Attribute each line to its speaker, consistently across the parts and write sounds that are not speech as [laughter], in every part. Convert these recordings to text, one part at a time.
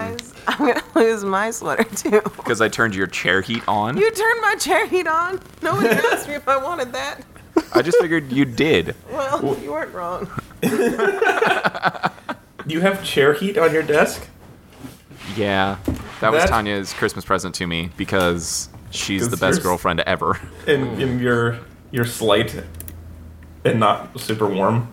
Speaker 1: [laughs] I'm gonna lose my sweater too.
Speaker 2: because I turned your chair heat on.
Speaker 1: You turned my chair heat on. [laughs] Nobody asked me if I wanted that.
Speaker 2: I just figured you did.
Speaker 1: Well, you weren't wrong.
Speaker 3: You have chair heat on your desk?
Speaker 2: Yeah, that was
Speaker 3: That-
Speaker 2: Tanya's Christmas present to me because she's the
Speaker 3: Because
Speaker 2: best
Speaker 3: yours-
Speaker 2: girlfriend ever. [laughs]
Speaker 3: And, and you're, you're slight and not super warm.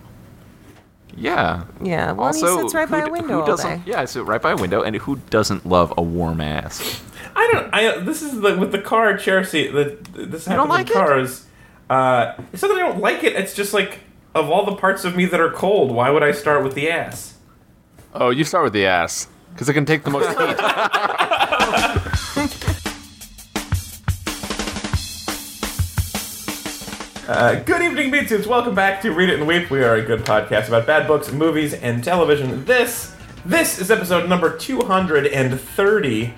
Speaker 2: Yeah.
Speaker 1: Yeah. Well,
Speaker 2: also,
Speaker 1: he sits right by a
Speaker 2: who d- who
Speaker 1: window all day.
Speaker 2: doesn't- [laughs] Yeah, I sit right by a window, and who doesn't love a warm ass?
Speaker 3: I don't. I this is the with the car chair seat. The, this happens
Speaker 2: don't like
Speaker 3: with
Speaker 2: it?
Speaker 3: cars. Uh, it's not that I don't like it. It's just like of all the parts of me that are cold, why would I start with the ass?
Speaker 4: Oh, you start with the ass because it can take
Speaker 2: [laughs]
Speaker 4: the most heat.
Speaker 3: Uh, good evening, Beat Suits. Welcome back to Read It and Weep. We are a good podcast about bad books, movies, and television. This this is episode number two hundred and thirty.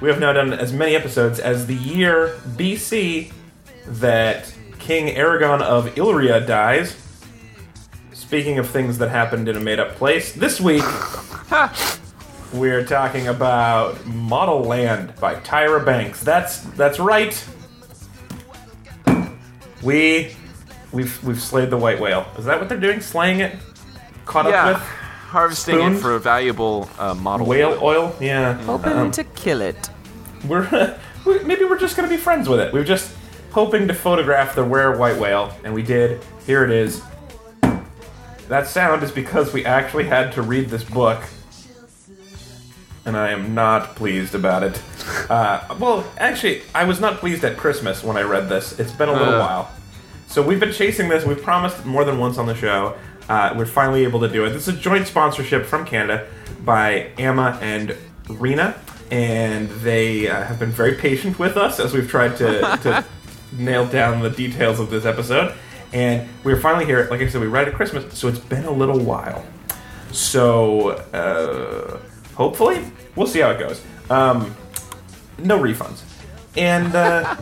Speaker 3: We have now done as many episodes as the year BC that King Aragon of Illyria dies. Speaking of things that happened in a made up place, this week we're talking about Model Land by Tyra Banks. That's that's right. We we've we've slayed the white whale. Is that what they're doing? Slaying it? Caught
Speaker 2: Yeah,
Speaker 3: up
Speaker 2: harvesting
Speaker 3: Spoon?
Speaker 2: it for a valuable uh, model.
Speaker 3: with whale oil? Yeah.
Speaker 1: Hoping
Speaker 3: Um,
Speaker 1: to kill it.
Speaker 3: we're [laughs] we, maybe we're just gonna be friends with it. We were just hoping to photograph the rare white whale, and we did. Here it is. That sound is because we actually had to read this book, and I am not pleased about it. [laughs] Uh, well, actually, I was not pleased at Christmas when I read this. It's been a little
Speaker 4: Uh.
Speaker 3: while. So we've been chasing this. We've promised more than once on the show. Uh, we're finally able to do it. This is a joint sponsorship from Canada by Amma and Rena, and they uh, have been very patient with us as we've tried to, to nail down the details of this episode. And we're finally here. Like I said, we read it at Christmas, so it's been a little while. So uh, hopefully, we'll see how it goes. Um, no refunds, and uh,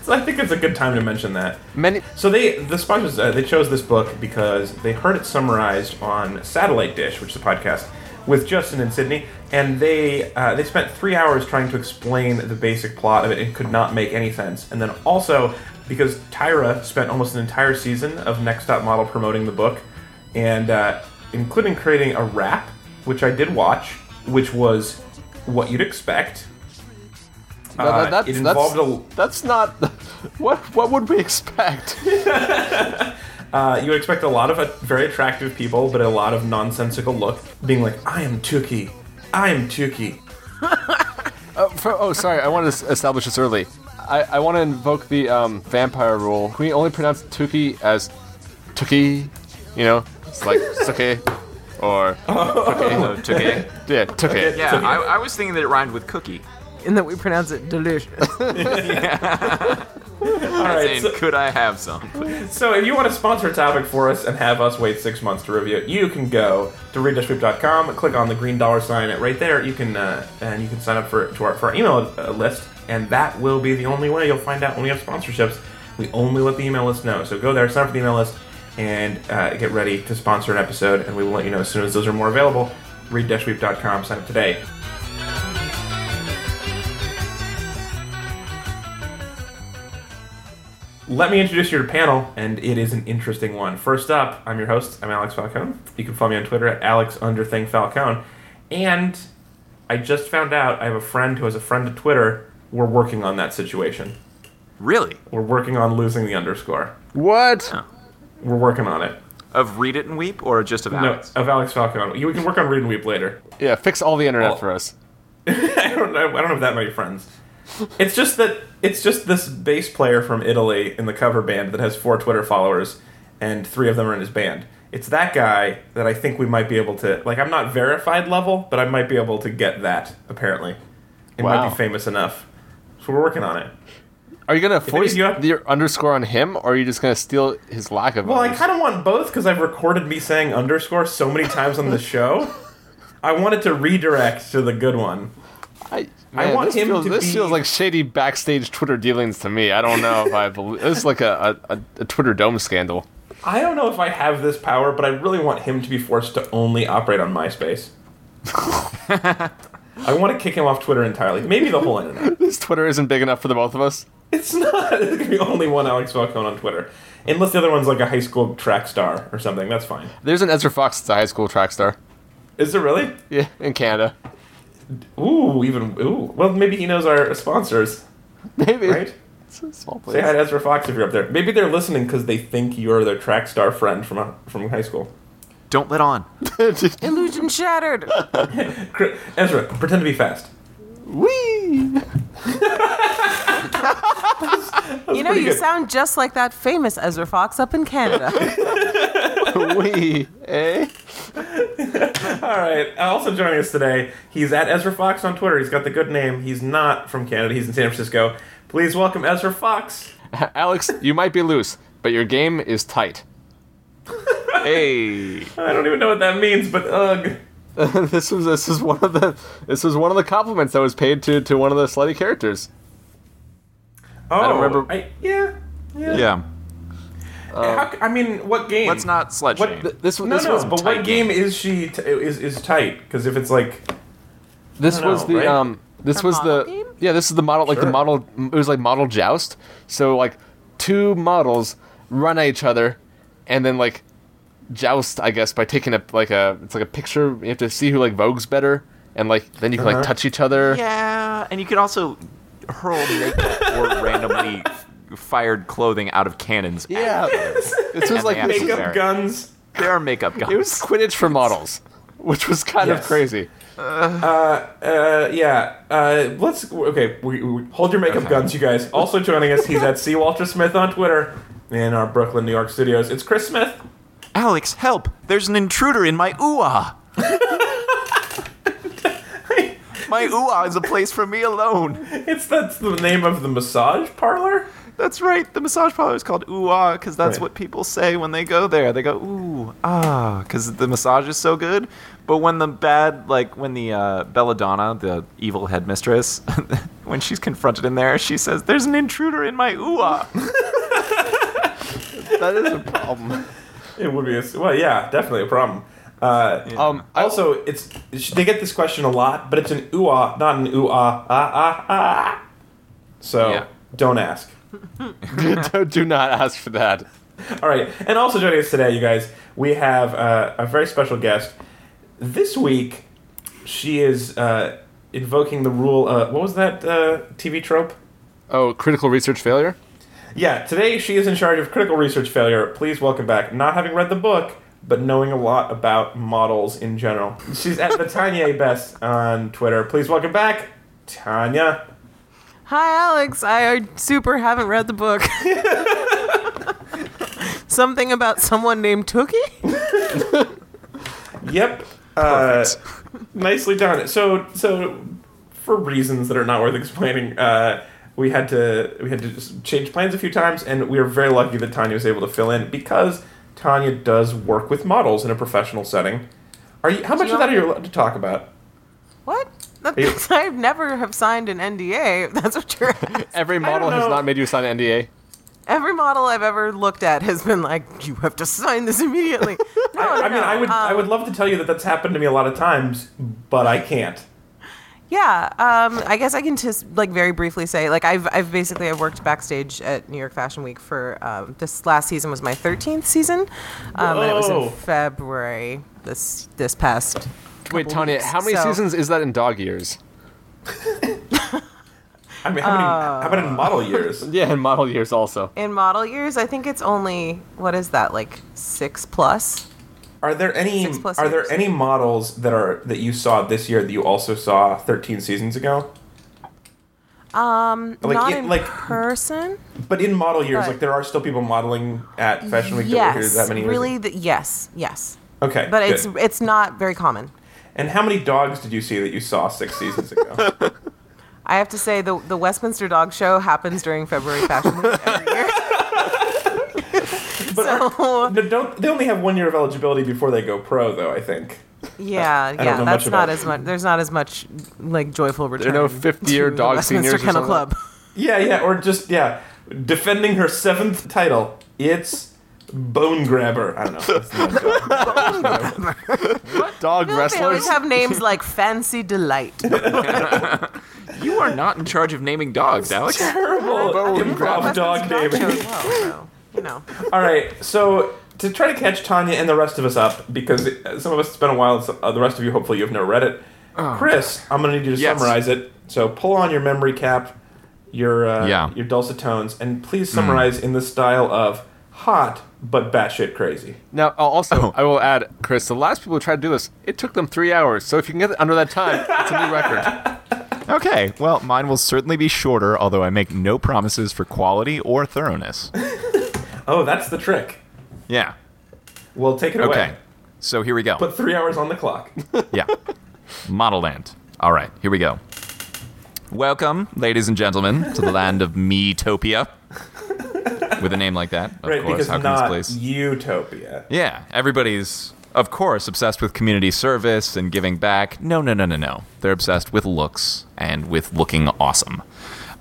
Speaker 3: so I think it's a good time to mention that.
Speaker 4: Many
Speaker 3: So they the sponsors uh, they chose this book because they heard it summarized on Satellite Dish, which is a podcast with Justin and Sydney, and they uh, they spent three hours trying to explain the basic plot of it and could not make any sense. And then also because Tyra spent almost an entire season of Next Top Model promoting the book, and uh, including creating a rap, which I did watch, which was what you'd expect. Uh,
Speaker 4: that-
Speaker 3: it
Speaker 4: that's, that's,
Speaker 3: involved a
Speaker 4: that's not [laughs] what what would we expect?
Speaker 3: Uh, you would expect a lot of uh, very attractive people, but a lot of nonsensical look, being like, "I am Tuki, I am Tuki."
Speaker 4: Uh, for, [laughs] oh, sorry, I want to establish this early. I, I want to invoke the um, vampire rule. Can we only pronounce Tuki as Tuki? You know, it's like Suke or
Speaker 2: Hello, Tuki.
Speaker 3: [laughs]
Speaker 4: yeah, Tuki.
Speaker 2: Yeah, I, I was thinking that it rhymed with cookie.
Speaker 1: And that we pronounce it delicious.
Speaker 3: All
Speaker 2: As
Speaker 3: right,
Speaker 2: in,
Speaker 3: so,
Speaker 2: could I have some? please?
Speaker 3: so if you want to sponsor a topic for us and have us wait six months to review it, you can go to readdushwip.com, click on the green dollar sign right there. You can uh, and you can sign up for to our, for our email uh, list, and that will be the only way you'll find out when we have sponsorships. We only let the email list know, so go there, sign up for the email list, and uh, get ready to sponsor an episode, and we will let you know as soon as those are more available. Read-weep.com, sign up today. Let me introduce your panel, and it is an interesting one. First up, I'm your host. I'm Alex Falcone. You can follow me on Twitter at Alex Underthing Falcone. And I just found out I have a friend who has a friend to Twitter. We're working on that situation.
Speaker 2: Really?
Speaker 3: We're working on losing the underscore.
Speaker 4: What?
Speaker 3: We're working on it.
Speaker 2: Of read it and weep, or just of
Speaker 3: No,
Speaker 2: Alex?
Speaker 3: of Alex Falcone. You- We can work on Read and Weep later.
Speaker 4: Yeah, fix all the internet
Speaker 3: Oh.
Speaker 4: for us.
Speaker 3: [laughs] I don't know. I don't have that many friends. It's just that it's just this bass player from Italy in the cover band that has four Twitter followers, and three of them are in his band. It's that guy that I think we might be able to like. I'm not verified level, but I might be able to get that. Apparently, it might
Speaker 4: Wow.
Speaker 3: be famous enough. So we're working on it.
Speaker 4: Are you gonna force
Speaker 3: you have-
Speaker 4: your underscore on him, or are you just gonna steal his lack of?
Speaker 3: Well, I
Speaker 4: unders-
Speaker 3: kind of want both because I've recorded me saying underscore so many times on the show. I wanted to redirect to the good one.
Speaker 4: I,
Speaker 3: I
Speaker 4: man,
Speaker 3: want
Speaker 4: this
Speaker 3: him
Speaker 4: feels,
Speaker 3: to
Speaker 4: This
Speaker 3: be-
Speaker 4: feels like shady backstage Twitter dealings to me. I don't know if I believe. This is like a, a, a- a Twitter dome scandal. [laughs]
Speaker 3: I don't know if I have this power, but I really want him to be forced to only operate on MySpace. I want to kick him off Twitter entirely. Maybe the whole internet.
Speaker 4: This Twitter isn't big enough for the both of us.
Speaker 3: It's not. It's gonna be only one Alex Falcone on Twitter, unless the other one's like a high school track star or something. That's fine.
Speaker 4: There's an Ezra Fox that's a high school track star.
Speaker 3: Is there really?
Speaker 4: Yeah, in Canada. [laughs]
Speaker 3: Ooh, even ooh. Well, maybe he knows our sponsors,
Speaker 4: Maybe.
Speaker 3: right?
Speaker 4: It's a small place.
Speaker 3: Say hi to Ezra Fox if you're up there. Maybe they're listening because they think you're their track star friend from uh, from high school.
Speaker 2: Don't let on.
Speaker 1: [laughs] Illusion
Speaker 2: [laughs]
Speaker 1: shattered.
Speaker 3: Cr- Ezra, pretend to be fast.
Speaker 4: Whee!
Speaker 1: You know,
Speaker 3: pretty
Speaker 1: you
Speaker 3: good.
Speaker 1: sound just like that famous Ezra Fox up in
Speaker 2: [laughs]
Speaker 1: Canada.
Speaker 4: Whee! Eh? [laughs]
Speaker 3: All right. Also joining us today, he's at Ezra Fox on Twitter. He's got the good name. He's not from Canada. He's in San Francisco. Please welcome Ezra Fox.
Speaker 4: Alex, you might be loose, but your game is tight.
Speaker 2: Hey.
Speaker 3: I don't even know what that means, but ugh.
Speaker 4: [laughs] this was this is one of the this was one of the compliments that was paid to to one of the slutty characters.
Speaker 3: Oh,
Speaker 4: don't remember-
Speaker 3: I- yeah. Yeah.
Speaker 2: Yeah.
Speaker 3: How c- I mean, what game?
Speaker 2: Let's not slut
Speaker 3: What-
Speaker 2: shame.
Speaker 4: Th- this was
Speaker 3: No,
Speaker 4: this
Speaker 3: no.
Speaker 4: was
Speaker 3: But what
Speaker 2: tight
Speaker 3: game is she t- is is tight? Because if it's like,
Speaker 4: this
Speaker 3: I don't
Speaker 4: was
Speaker 3: know,
Speaker 4: the
Speaker 3: right?
Speaker 4: um this
Speaker 1: Her
Speaker 4: was the
Speaker 1: model game?
Speaker 4: yeah this is the model like
Speaker 3: Sure.
Speaker 4: the model it was like model joust. So like two models run at each other, and then like joust I guess by taking a like a it's like a picture you have to see who like vogues better and like then you can
Speaker 3: Uh-huh.
Speaker 4: like touch each other.
Speaker 2: Yeah, and you could also hurl naked or
Speaker 3: [laughs]
Speaker 2: randomly fired clothing out of cannons. at-
Speaker 4: Yeah. this was like
Speaker 2: And they
Speaker 4: this
Speaker 2: have to-
Speaker 3: makeup
Speaker 4: was-
Speaker 2: Fair.
Speaker 3: guns.
Speaker 2: There are
Speaker 3: [laughs]
Speaker 2: makeup guns.
Speaker 4: it was Quidditch for models, which was kind
Speaker 3: Yes.
Speaker 4: of
Speaker 3: [laughs]
Speaker 4: crazy.
Speaker 3: Uh, yeah. Uh, let's okay. We, we, hold your makeup guns, you guys. Also joining us, he's at [laughs] C Walter Smith on Twitter in our Brooklyn, New York studios. It's Chris Smith.
Speaker 2: Alex, help! There's an intruder in my ooh-ah! my ooh-ah is a place for me alone.
Speaker 3: It's that's the name of the massage parlor.
Speaker 2: That's right. The massage parlor is called ooh-ah because that's
Speaker 3: Right.
Speaker 2: what people say when they go there. They go ooh ah because the massage is so good. But when the bad, like when the uh, Belladonna, the evil headmistress, [laughs] when she's confronted in there, she says, "There's an intruder in my ooh-ah."
Speaker 4: That is a
Speaker 3: Um,
Speaker 4: problem.
Speaker 3: It would be a, well, yeah, definitely a problem. Uh,
Speaker 4: Um, I-
Speaker 3: also, it's they get this question a lot, but it's an ooh ah, not an ooh ah ah ah ah. So
Speaker 2: Yeah.
Speaker 3: don't ask.
Speaker 4: [laughs] do, do not ask for that.
Speaker 3: All right, and also joining us today, you guys, we have uh, a very special guest. This week, she is uh, invoking the rule. Uh, what was that uh, TV trope?
Speaker 4: Oh, critical research failure.
Speaker 3: Yeah, today she is in charge of critical research failure. Please welcome back, not having read the book, but knowing a lot about models in general. She's at the Tanya [laughs] Best on Twitter. Please welcome back, Tanya.
Speaker 1: Hi, Alex. I super haven't read the
Speaker 2: [laughs]
Speaker 1: book. Something about someone named
Speaker 2: [laughs]
Speaker 1: Tookie?
Speaker 3: Yep. Uh, [laughs] nicely done. So, so for reasons that are not worth explaining, uh, we had to we had to just change plans a few times, and we were very lucky that Tanya was able to fill in because Tanya does work with models in a professional setting. Are you? How much
Speaker 1: you
Speaker 3: of that
Speaker 1: want
Speaker 3: are you allowed to talk about?
Speaker 1: What?
Speaker 3: you-
Speaker 1: [laughs] That, I've never have signed an NDA. if That's what you're asking.
Speaker 4: Every model
Speaker 3: know.
Speaker 4: has not made you sign an NDA.
Speaker 1: Every model I've ever looked at has been like, you have to sign this
Speaker 3: [laughs]
Speaker 1: immediately. No,
Speaker 3: I, I mean,
Speaker 1: no,
Speaker 3: I would I
Speaker 1: um,
Speaker 3: would love to tell you that that's happened to me a lot of times, but I can't.
Speaker 1: Yeah, um, I guess I can just like very briefly say like I've I've basically I've worked backstage at New York Fashion Week for um, this last season was my 13th season, um, and it was
Speaker 3: Whoa.
Speaker 1: in February this this past.
Speaker 4: Wait, Tanya,
Speaker 1: weeks,
Speaker 4: how many
Speaker 1: so-
Speaker 4: seasons is that in dog years?
Speaker 3: I mean, how, many, how about
Speaker 1: Oh.
Speaker 3: in model years?
Speaker 1: [laughs]
Speaker 4: Yeah, in model years also.
Speaker 1: In model years, I think it's only what is that like six plus?
Speaker 3: Are there any
Speaker 1: Six plus
Speaker 3: are
Speaker 1: years.
Speaker 3: there any models that are that you saw this year that you also saw 13 seasons ago? Um, like
Speaker 1: Not
Speaker 3: in-
Speaker 1: in
Speaker 3: like,
Speaker 1: person.
Speaker 3: but in model years,
Speaker 1: but-
Speaker 3: like there are still people modeling at Fashion Week that were here
Speaker 1: Yes,
Speaker 3: that many years.
Speaker 1: really. The, yes, yes.
Speaker 3: Okay,
Speaker 1: But
Speaker 3: good.
Speaker 1: it's it's not very common.
Speaker 3: and how many dogs did you see that you saw six
Speaker 1: [laughs]
Speaker 3: seasons ago?
Speaker 1: I have to say the the Westminster Dog Show happens during February Fashion Week every year.
Speaker 3: [laughs] But are-
Speaker 1: So-
Speaker 3: no, don't they only have one year of eligibility before they go pro though? I think.
Speaker 1: Yeah,
Speaker 3: don't
Speaker 1: yeah,
Speaker 3: know
Speaker 1: that's
Speaker 3: much about
Speaker 1: not
Speaker 3: it.
Speaker 1: as much. There's not as much like joyful return.
Speaker 4: no 50-year
Speaker 1: to
Speaker 4: dog
Speaker 1: the Westminster
Speaker 4: seniors or
Speaker 1: Kennel Club.
Speaker 4: something?
Speaker 3: Yeah, yeah, or just yeah, defending her seventh title. It's Bone Grabber. I don't know. That's not good.
Speaker 4: [laughs] Dog
Speaker 1: They always
Speaker 4: wrestlers.
Speaker 1: have names like Fancy
Speaker 4: [laughs]
Speaker 1: Delight.
Speaker 2: You are not in charge of naming dogs, Alex.
Speaker 3: Terrible
Speaker 4: Bone
Speaker 3: improv
Speaker 4: Grabber.
Speaker 3: dog naming.
Speaker 1: You know.
Speaker 3: All right, so to try to catch Tanya and the rest of us up, because uh, some of us it's been a while. so- uh, the rest of you, hopefully, you've never read it.
Speaker 4: Oh.
Speaker 3: Chris, I'm going to need you to
Speaker 2: Yes.
Speaker 3: summarize it. So pull on your memory cap, your uh,
Speaker 2: Yeah. Hmm.
Speaker 3: your dulcet tones, and please summarize in the style of hot but batshit crazy.
Speaker 4: Now, uh, also, I will add, Chris, the last people who tried to do this, it took them three hours. So if you can get it under that time, it's a new record.
Speaker 2: Okay, well, mine will certainly be shorter, although I make no promises for quality or
Speaker 3: [laughs]
Speaker 2: thoroughness.
Speaker 3: Oh, that's the trick.
Speaker 2: Yeah.
Speaker 3: Well, take it
Speaker 2: Okay.
Speaker 3: away.
Speaker 2: So here we go.
Speaker 3: Put three hours on the clock. [laughs]
Speaker 2: yeah. Model land. All right, here we go. Welcome, ladies and gentlemen, to the land
Speaker 3: [laughs]
Speaker 2: of Metopia. With a name like that, of
Speaker 3: right,
Speaker 2: course.
Speaker 3: because
Speaker 2: How can
Speaker 3: not
Speaker 2: this place?
Speaker 3: utopia.
Speaker 2: Yeah, everybody's, of course, obsessed with community service and giving back. No, no, no, no, no. They're obsessed with looks and with looking awesome.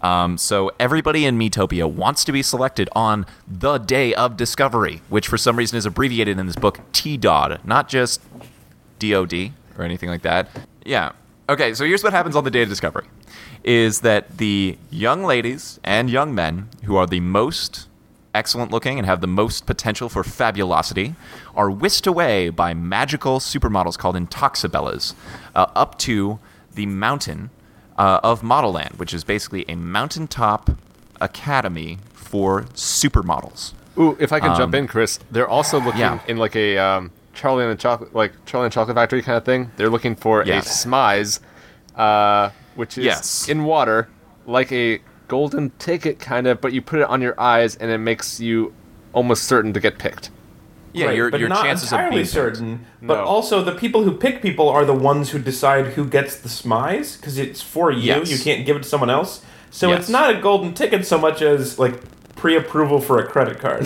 Speaker 2: Um, so everybody in Metopia wants to be selected on the day of discovery, which for some reason is abbreviated in this book T-DOD, not just DOD or anything like that. Yeah. Okay, so here's what happens on the day of discovery is that the young ladies and young men who are the most excellent looking and have the most potential for fabulosity are whisked away by magical supermodels called Intoxabellas uh, up to the mountain uh, of Model Land, which is basically a mountaintop academy for supermodels.
Speaker 4: Ooh, if I can jump in, Chris, they're also looking
Speaker 2: Um, yeah.
Speaker 4: in like a um, Charlie and the Chocolate, like Charlie and the Chocolate Factory kind of thing. They're looking for
Speaker 2: Yeah.
Speaker 4: a smize, uh, which is
Speaker 2: Yes.
Speaker 4: in water, like a golden ticket kind of, but you put it on your eyes and it makes you almost certain to get picked. [laughs]
Speaker 2: Yeah,
Speaker 3: Right,
Speaker 2: your,
Speaker 3: but
Speaker 2: your
Speaker 3: not
Speaker 2: chances of
Speaker 3: entirely
Speaker 2: being
Speaker 3: certain. But
Speaker 4: No.
Speaker 3: also, the people who pick people are the ones who decide who gets the smize because it's for you.
Speaker 2: Yes.
Speaker 3: You can't give it to someone else. So
Speaker 2: Yes.
Speaker 3: it's not a golden ticket so much as like pre-approval for a
Speaker 2: [laughs]
Speaker 3: credit card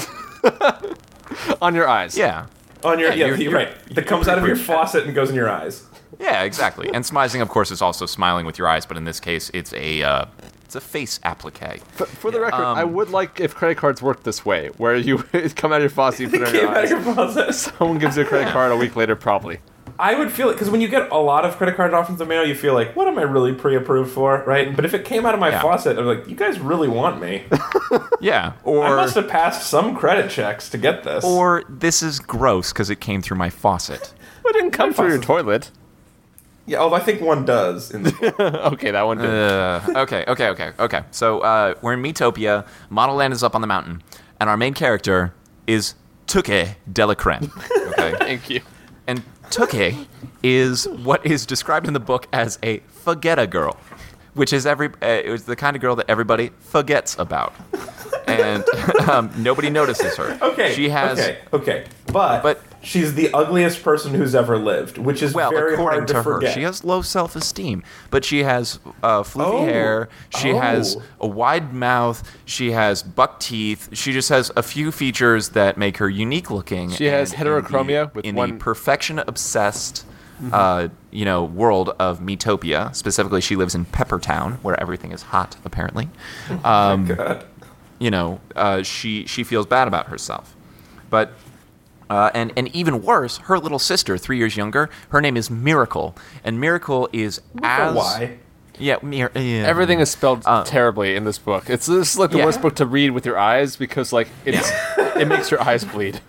Speaker 4: On your eyes.
Speaker 2: Yeah.
Speaker 3: on your
Speaker 2: Yeah,
Speaker 3: yeah,
Speaker 2: you're-
Speaker 3: you're
Speaker 2: you're-
Speaker 3: right that comes out of your
Speaker 2: pre-approved.
Speaker 3: faucet and goes in
Speaker 2: [laughs]
Speaker 3: your eyes.
Speaker 2: Yeah, exactly. And smizing, of course, is also smiling with your eyes, but in this case, it's a uh, it's a face applique.
Speaker 4: But for the record, I
Speaker 2: um,
Speaker 4: would like if credit cards worked this way, where you [laughs] it come out of your
Speaker 2: [laughs]
Speaker 4: faucet, you put it on
Speaker 3: Came
Speaker 4: your
Speaker 3: out of
Speaker 4: eyes.
Speaker 3: your faucet.
Speaker 4: Someone gives you a credit card a week later, probably.
Speaker 3: I would feel it because when you get a lot of credit card offers in the mail, you feel like, what am I really pre-approved for, right? But if it came out of my
Speaker 2: Yeah.
Speaker 3: faucet, I'm like, you guys really want me?
Speaker 2: Yeah,
Speaker 3: I
Speaker 2: or
Speaker 3: must have passed some credit checks to get this.
Speaker 2: or this is gross because it came through my faucet.
Speaker 4: Well, it didn't come through your toilet. [laughs]
Speaker 3: yeah, although I think one does. In the- [laughs]
Speaker 4: Okay, that one did.
Speaker 2: Uh, okay, okay, okay, okay. So uh, we're in Metopia. Model Land is up on the mountain, and our main character is Tuke Delacreme. Okay.
Speaker 4: Thank you.
Speaker 2: And Tuke is what is described in the book as a forgetta girl, which is every uh, it was the kind of girl that everybody forgets about, and [laughs] um, nobody notices her.
Speaker 3: Okay.
Speaker 2: she has
Speaker 3: Okay. Okay. But
Speaker 2: But-
Speaker 3: she's the ugliest person who's ever lived, which is
Speaker 2: well,
Speaker 3: very
Speaker 2: according
Speaker 3: hard to,
Speaker 2: to, her,
Speaker 3: forget.
Speaker 2: she has low self-esteem, but she has uh, floofy
Speaker 3: Oh.
Speaker 2: hair. She has
Speaker 3: Oh.
Speaker 2: a wide mouth. She has buck teeth. She just has a few features that make her unique looking.
Speaker 4: She has
Speaker 2: and in the-
Speaker 4: heterochromia with
Speaker 2: in
Speaker 4: one-
Speaker 2: the perfection obsessed.
Speaker 3: Mm-hmm.
Speaker 2: Uh, you know, world of Metopia. Specifically, she lives in Peppertown, where everything is hot, apparently
Speaker 3: Oh
Speaker 2: Um,
Speaker 3: God.
Speaker 2: you know, uh, she she feels bad about herself. But uh, and and even worse, her little sister, three years younger, her name is Miracle, and Miracle is as
Speaker 3: Why?
Speaker 2: yeah, mir- yeah.
Speaker 4: Everything is spelled terribly in this book. It's this is like the
Speaker 2: Yeah.
Speaker 4: worst book to read with your eyes because like it's it makes your eyes [laughs] bleed.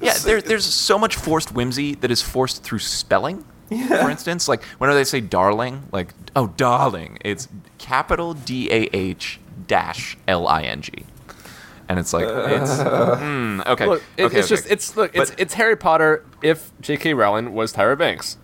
Speaker 2: yeah. There, there's so much forced whimsy that is forced through spelling. For instance, like whenever they say darling, like oh darling, it's capital D A H dash L I N G, and it's like it's mm, okay.
Speaker 4: Look, it,
Speaker 2: okay,
Speaker 4: it's
Speaker 2: okay.
Speaker 4: just it's look it's
Speaker 2: But-
Speaker 4: it's Harry Potter if J.K. Rowling was Tyra Banks.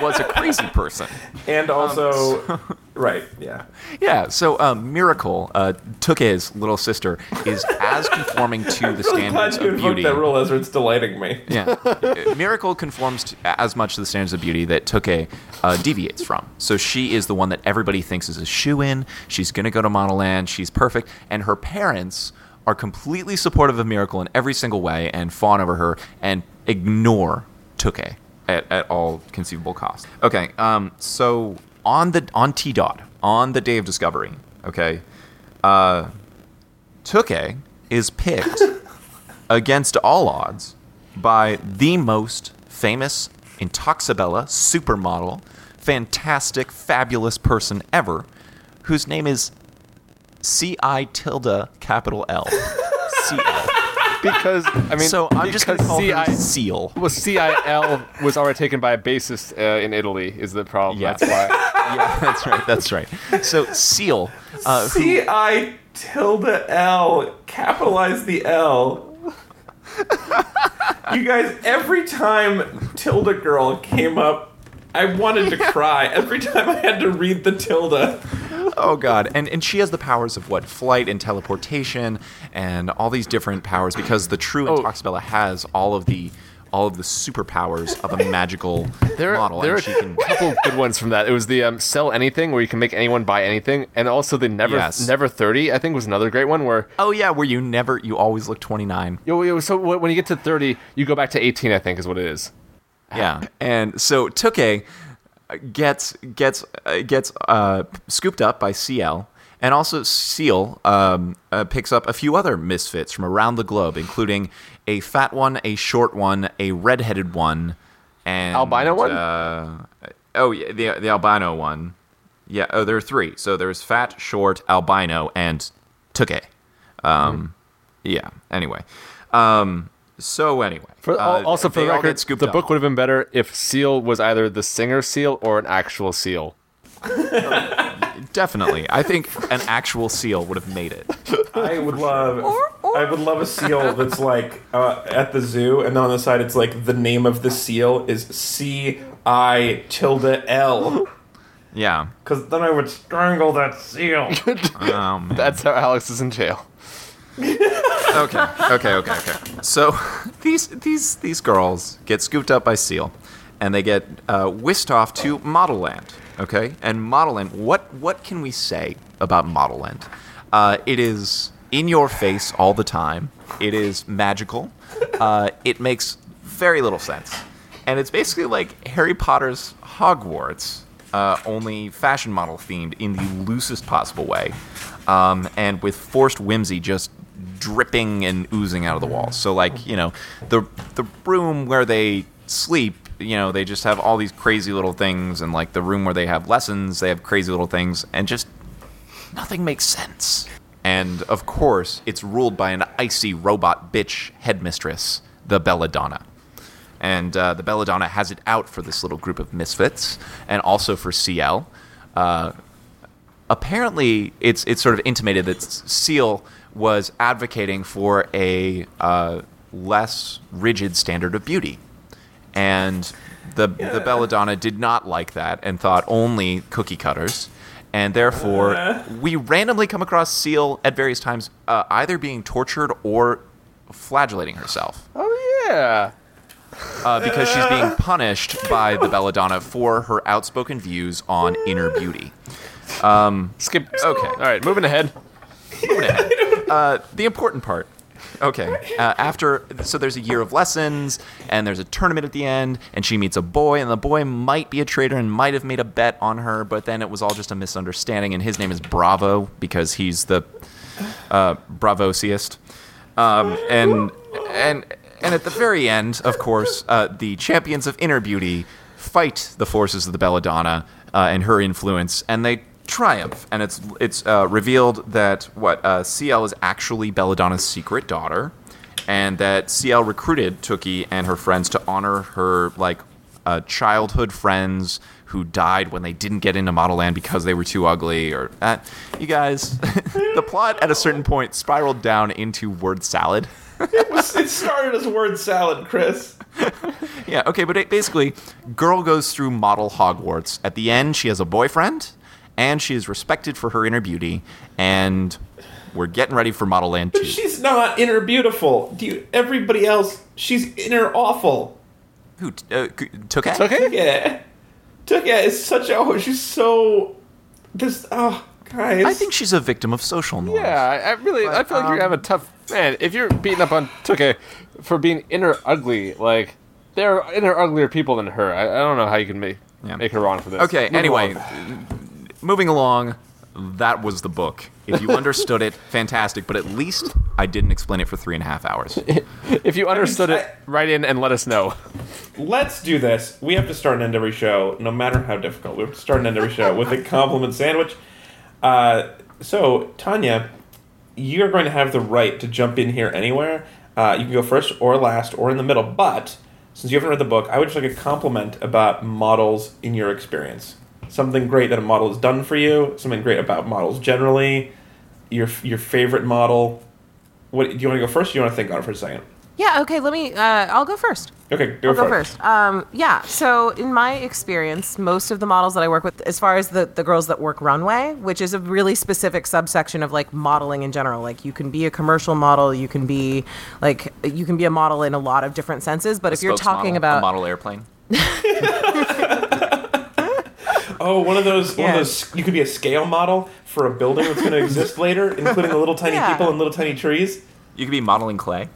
Speaker 2: was a crazy person. [laughs]
Speaker 3: And also, right? Yeah.
Speaker 2: Yeah, so um, Miracle, uh, Tuke's little sister, is as conforming to the
Speaker 3: [laughs] I'm glad
Speaker 2: standards
Speaker 3: you
Speaker 2: of
Speaker 3: invoked
Speaker 2: beauty.
Speaker 3: that rule, Ezra. It's delighting me.
Speaker 2: Yeah, Uh, [laughs] Miracle conforms to, as much to the standards of beauty that Tuke uh, deviates from. So she is the one that everybody thinks is a shoe in. She's gonna go to Model Land. She's perfect, and her parents are completely supportive of Miracle in every single way and fawn over her and ignore Tuke at, at all conceivable cost. Okay, um, so on the on T dot on the day of discovery, okay, uh, Tuke is picked against all odds, by the most famous Intoxabella supermodel, fantastic, fabulous person ever, whose name is C.I. tilde capital
Speaker 4: [laughs]
Speaker 2: L. C.L.
Speaker 4: because I mean,
Speaker 2: so I'm just going to
Speaker 4: because
Speaker 2: call her
Speaker 4: CI
Speaker 2: Seal.
Speaker 4: [laughs] well, CIL was already taken by a bassist uh, in Italy. Is the problem?
Speaker 2: Yeah.
Speaker 4: That's why.
Speaker 2: yeah, that's right. That's right. So Seal, uh, who
Speaker 3: C I tilde L. Capitalize the L. you guys, every time Tilda Girl came up, I wanted to cry. Every time I had to read the tilde.
Speaker 2: Oh god, and and she has the powers of what flight and teleportation and all these different powers because the true
Speaker 4: Oh.
Speaker 2: Intoxabella has all of the all of the superpowers of a magical
Speaker 4: [laughs] There,
Speaker 2: model,
Speaker 4: there are
Speaker 2: and she can.
Speaker 4: a couple of good ones from that. It was the um, sell anything, where you can make anyone buy anything, and also the never
Speaker 2: Yes.
Speaker 4: never thirty. I think was another great one where
Speaker 2: Oh yeah, where you never you always look twenty nine.
Speaker 4: yo, yo, so wh- when you get to thirty, you go back to eighteen. I think is what it is.
Speaker 2: Yeah, and so Tuke uh, gets gets uh, gets uh, scooped up by CL, and also Seal um, uh, picks up a few other misfits from around the globe, including a fat one, a short one, a redheaded one, and
Speaker 4: Albino one?
Speaker 2: Uh, oh yeah, the the albino one. Yeah. Oh, there are three. So there's fat, short, albino, and Tuke.
Speaker 4: Hmm.
Speaker 2: Um, Yeah. Anyway. Um, so anyway.
Speaker 4: For,
Speaker 2: uh,
Speaker 4: al- also, for
Speaker 2: they
Speaker 4: the
Speaker 2: all get
Speaker 4: record,
Speaker 2: scooped
Speaker 4: the
Speaker 2: up.
Speaker 4: book would have been better if Seal was either the singer Seal or an actual Seal.
Speaker 2: Definitely. I think an actual seal would have made it.
Speaker 1: [laughs]
Speaker 3: I would love.
Speaker 1: Or- or-
Speaker 3: I would love a seal that's like uh, at the zoo, and then on the side it's like the name of the seal is C I tilde L,
Speaker 2: Yeah.
Speaker 3: because then I would strangle that
Speaker 1: [laughs]
Speaker 3: seal.
Speaker 2: Oh, man.
Speaker 4: [laughs] That's how Alex is in jail.
Speaker 2: okay. Okay, okay, okay. So [laughs] these these these girls get scooped up by seal and they get uh, whisked off to Model Land, okay? And Model Land, what what can we say about Model Land? Uh, it is in your face all the time. It is magical. Uh, it makes very little sense. And it's basically like Harry Potter's Hogwarts. uh, only fashion model themed in the loosest possible way, um, and with forced whimsy just dripping and oozing out of the walls. So like you know, the the room where they sleep, you know, they just have all these crazy little things, and like the room where they have lessons, they have crazy little things, and just nothing makes sense. And of course, it's ruled by an icy robot bitch headmistress, the Belladonna. And uh, the Belladonna has it out for this little group of misfits, and also for CL. Uh, apparently, it's it's sort of intimated that S- Seal was advocating for a uh, less rigid standard of beauty, and the the Belladonna did not like that and thought only cookie cutters, and therefore we randomly come across Seal at various times, uh, either being tortured or flagellating herself
Speaker 4: Oh yeah.
Speaker 2: uh, because she's being punished by the Belladonna for her outspoken views on inner beauty.
Speaker 4: Skip.
Speaker 2: Okay.
Speaker 4: All right, moving ahead.
Speaker 2: Moving ahead. Uh, the important part. Okay. Uh, after, so there's a year of lessons, and there's a tournament at the end, and she meets a boy, and the boy might be a traitor and might have made a bet on her, but then it was all just a misunderstanding, and his name is Bravo because he's the uh, Bravosiest. Um, and and and at the very end, of course, uh, the champions of inner beauty fight the forces of the Belladonna uh, and her influence, and they triumph. And it's it's uh, revealed that what uh, CL is actually Belladonna's secret daughter, and that CL recruited Tookie and her friends to honor her like uh, childhood friends who died when they didn't get into Model Land because they were too ugly, or uh, you guys, [laughs] the plot at a certain point spiraled down into word salad. [laughs]
Speaker 3: It was- it started as word salad, Chris.
Speaker 2: Yeah, okay, but it, basically, girl goes through model Hogwarts. At the end, she has a boyfriend, and she is respected for her inner beauty, and we're getting ready for Model Land 2.
Speaker 3: She's not inner beautiful. Do you? Everybody else, she's inner awful.
Speaker 2: Who t- uh, c- took it?
Speaker 4: Okay.
Speaker 3: Yeah, Tuka is such a. Oh, she's so. This. Oh, guys.
Speaker 2: I think she's a victim of social norms.
Speaker 4: Yeah, I, I really, I feel like
Speaker 2: um,
Speaker 4: you're having a tough man. If you're beating up on Tuke for being inner ugly, like there are inner uglier people than her. I, I don't know how you can make
Speaker 2: Yeah.
Speaker 4: make her wrong for this.
Speaker 2: Okay,
Speaker 4: Move
Speaker 2: anyway,
Speaker 4: along.
Speaker 2: moving along, that was the book. If you understood it, fantastic. But at least I didn't explain it for three and a half [laughs] hours.
Speaker 4: [laughs] If you understood
Speaker 3: I-
Speaker 4: it, [laughs] write in and let us know.
Speaker 3: Let's do this. We have to start and end every show, no matter how difficult. We have to start and end every show
Speaker 1: [laughs]
Speaker 3: with a compliment sandwich. Uh, so, Tanya, you're going to have the right to jump in here anywhere. Uh, you can go first or last or in the middle. But since you haven't read the book, I would just like a compliment about models in your experience. Something great that a model has done for you. Something great about models generally. Your your favorite model. What do you want to go first? Or do you want to think on it for a second?
Speaker 1: Yeah. Okay. Let me. Uh, I'll go first.
Speaker 3: Okay, go,
Speaker 1: I'll go first. Um, yeah. So in my experience, most of the models that I work with, as far as the, the girls that work runway, which is a really specific subsection of like modeling in general, like you can be a commercial model, you can be like you can be a model in a lot of different senses. But if you're
Speaker 2: Spokesmodel,
Speaker 1: talking
Speaker 2: a
Speaker 1: about
Speaker 2: model airplane.
Speaker 3: Oh, one of those. One of
Speaker 1: Yeah.
Speaker 3: those. You could be a scale model for a building that's going to
Speaker 1: [laughs]
Speaker 3: exist later, including the little tiny
Speaker 1: Yeah.
Speaker 3: people and little tiny trees.
Speaker 2: You could be modeling clay.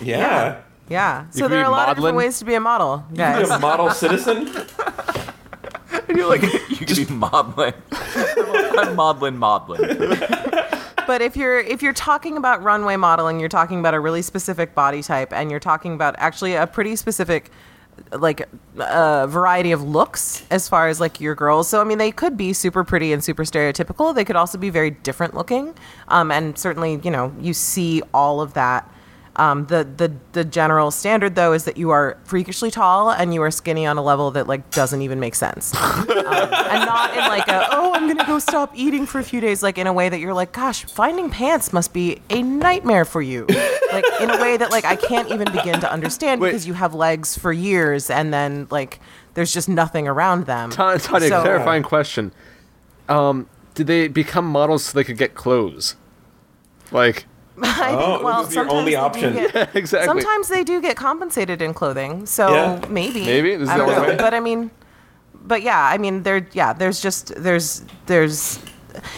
Speaker 3: Yeah.
Speaker 1: yeah, so
Speaker 4: can
Speaker 1: there
Speaker 4: be
Speaker 1: are a lot of
Speaker 4: modeling.
Speaker 1: different ways to be a model,
Speaker 3: You
Speaker 1: guys.
Speaker 3: could be a model citizen.
Speaker 2: You're like you could be modeling. [laughs] I'm modeling, modeling.
Speaker 1: but if you're if you're talking about runway modeling, you're talking about a really specific body type, and you're talking about actually a pretty specific like uh, variety of looks as far as like your girls. So I mean, they could be super pretty and super stereotypical. They could also be very different looking, um, and certainly you know you see all of that. Um, the, the the general standard though is that you are freakishly tall and you are skinny on a level that like doesn't even make sense Um, and not in like a oh i'm gonna go stop eating for a few days like in a way that you're like gosh finding pants must be a nightmare for you like in a way that like i can't even begin to understand
Speaker 4: Wait.
Speaker 1: because you have legs for years and then like there's just nothing around them
Speaker 4: [laughs] Ta- Tanya,
Speaker 1: So- uh,
Speaker 4: clarifying question. Um, did they become models so they could get clothes? Like,
Speaker 1: [laughs]
Speaker 4: [laughs]
Speaker 1: I think,
Speaker 3: Oh,
Speaker 1: well,
Speaker 3: this is your
Speaker 1: sometimes
Speaker 3: only
Speaker 1: they do
Speaker 3: option.
Speaker 1: get-
Speaker 4: exactly.
Speaker 1: Sometimes they do get compensated in clothing, so
Speaker 3: Yeah.
Speaker 1: maybe
Speaker 4: Maybe, this is
Speaker 1: I
Speaker 4: the
Speaker 1: don't
Speaker 4: only
Speaker 1: know.
Speaker 4: way.
Speaker 1: But I mean, but yeah, I mean, there, yeah, there's just there's there's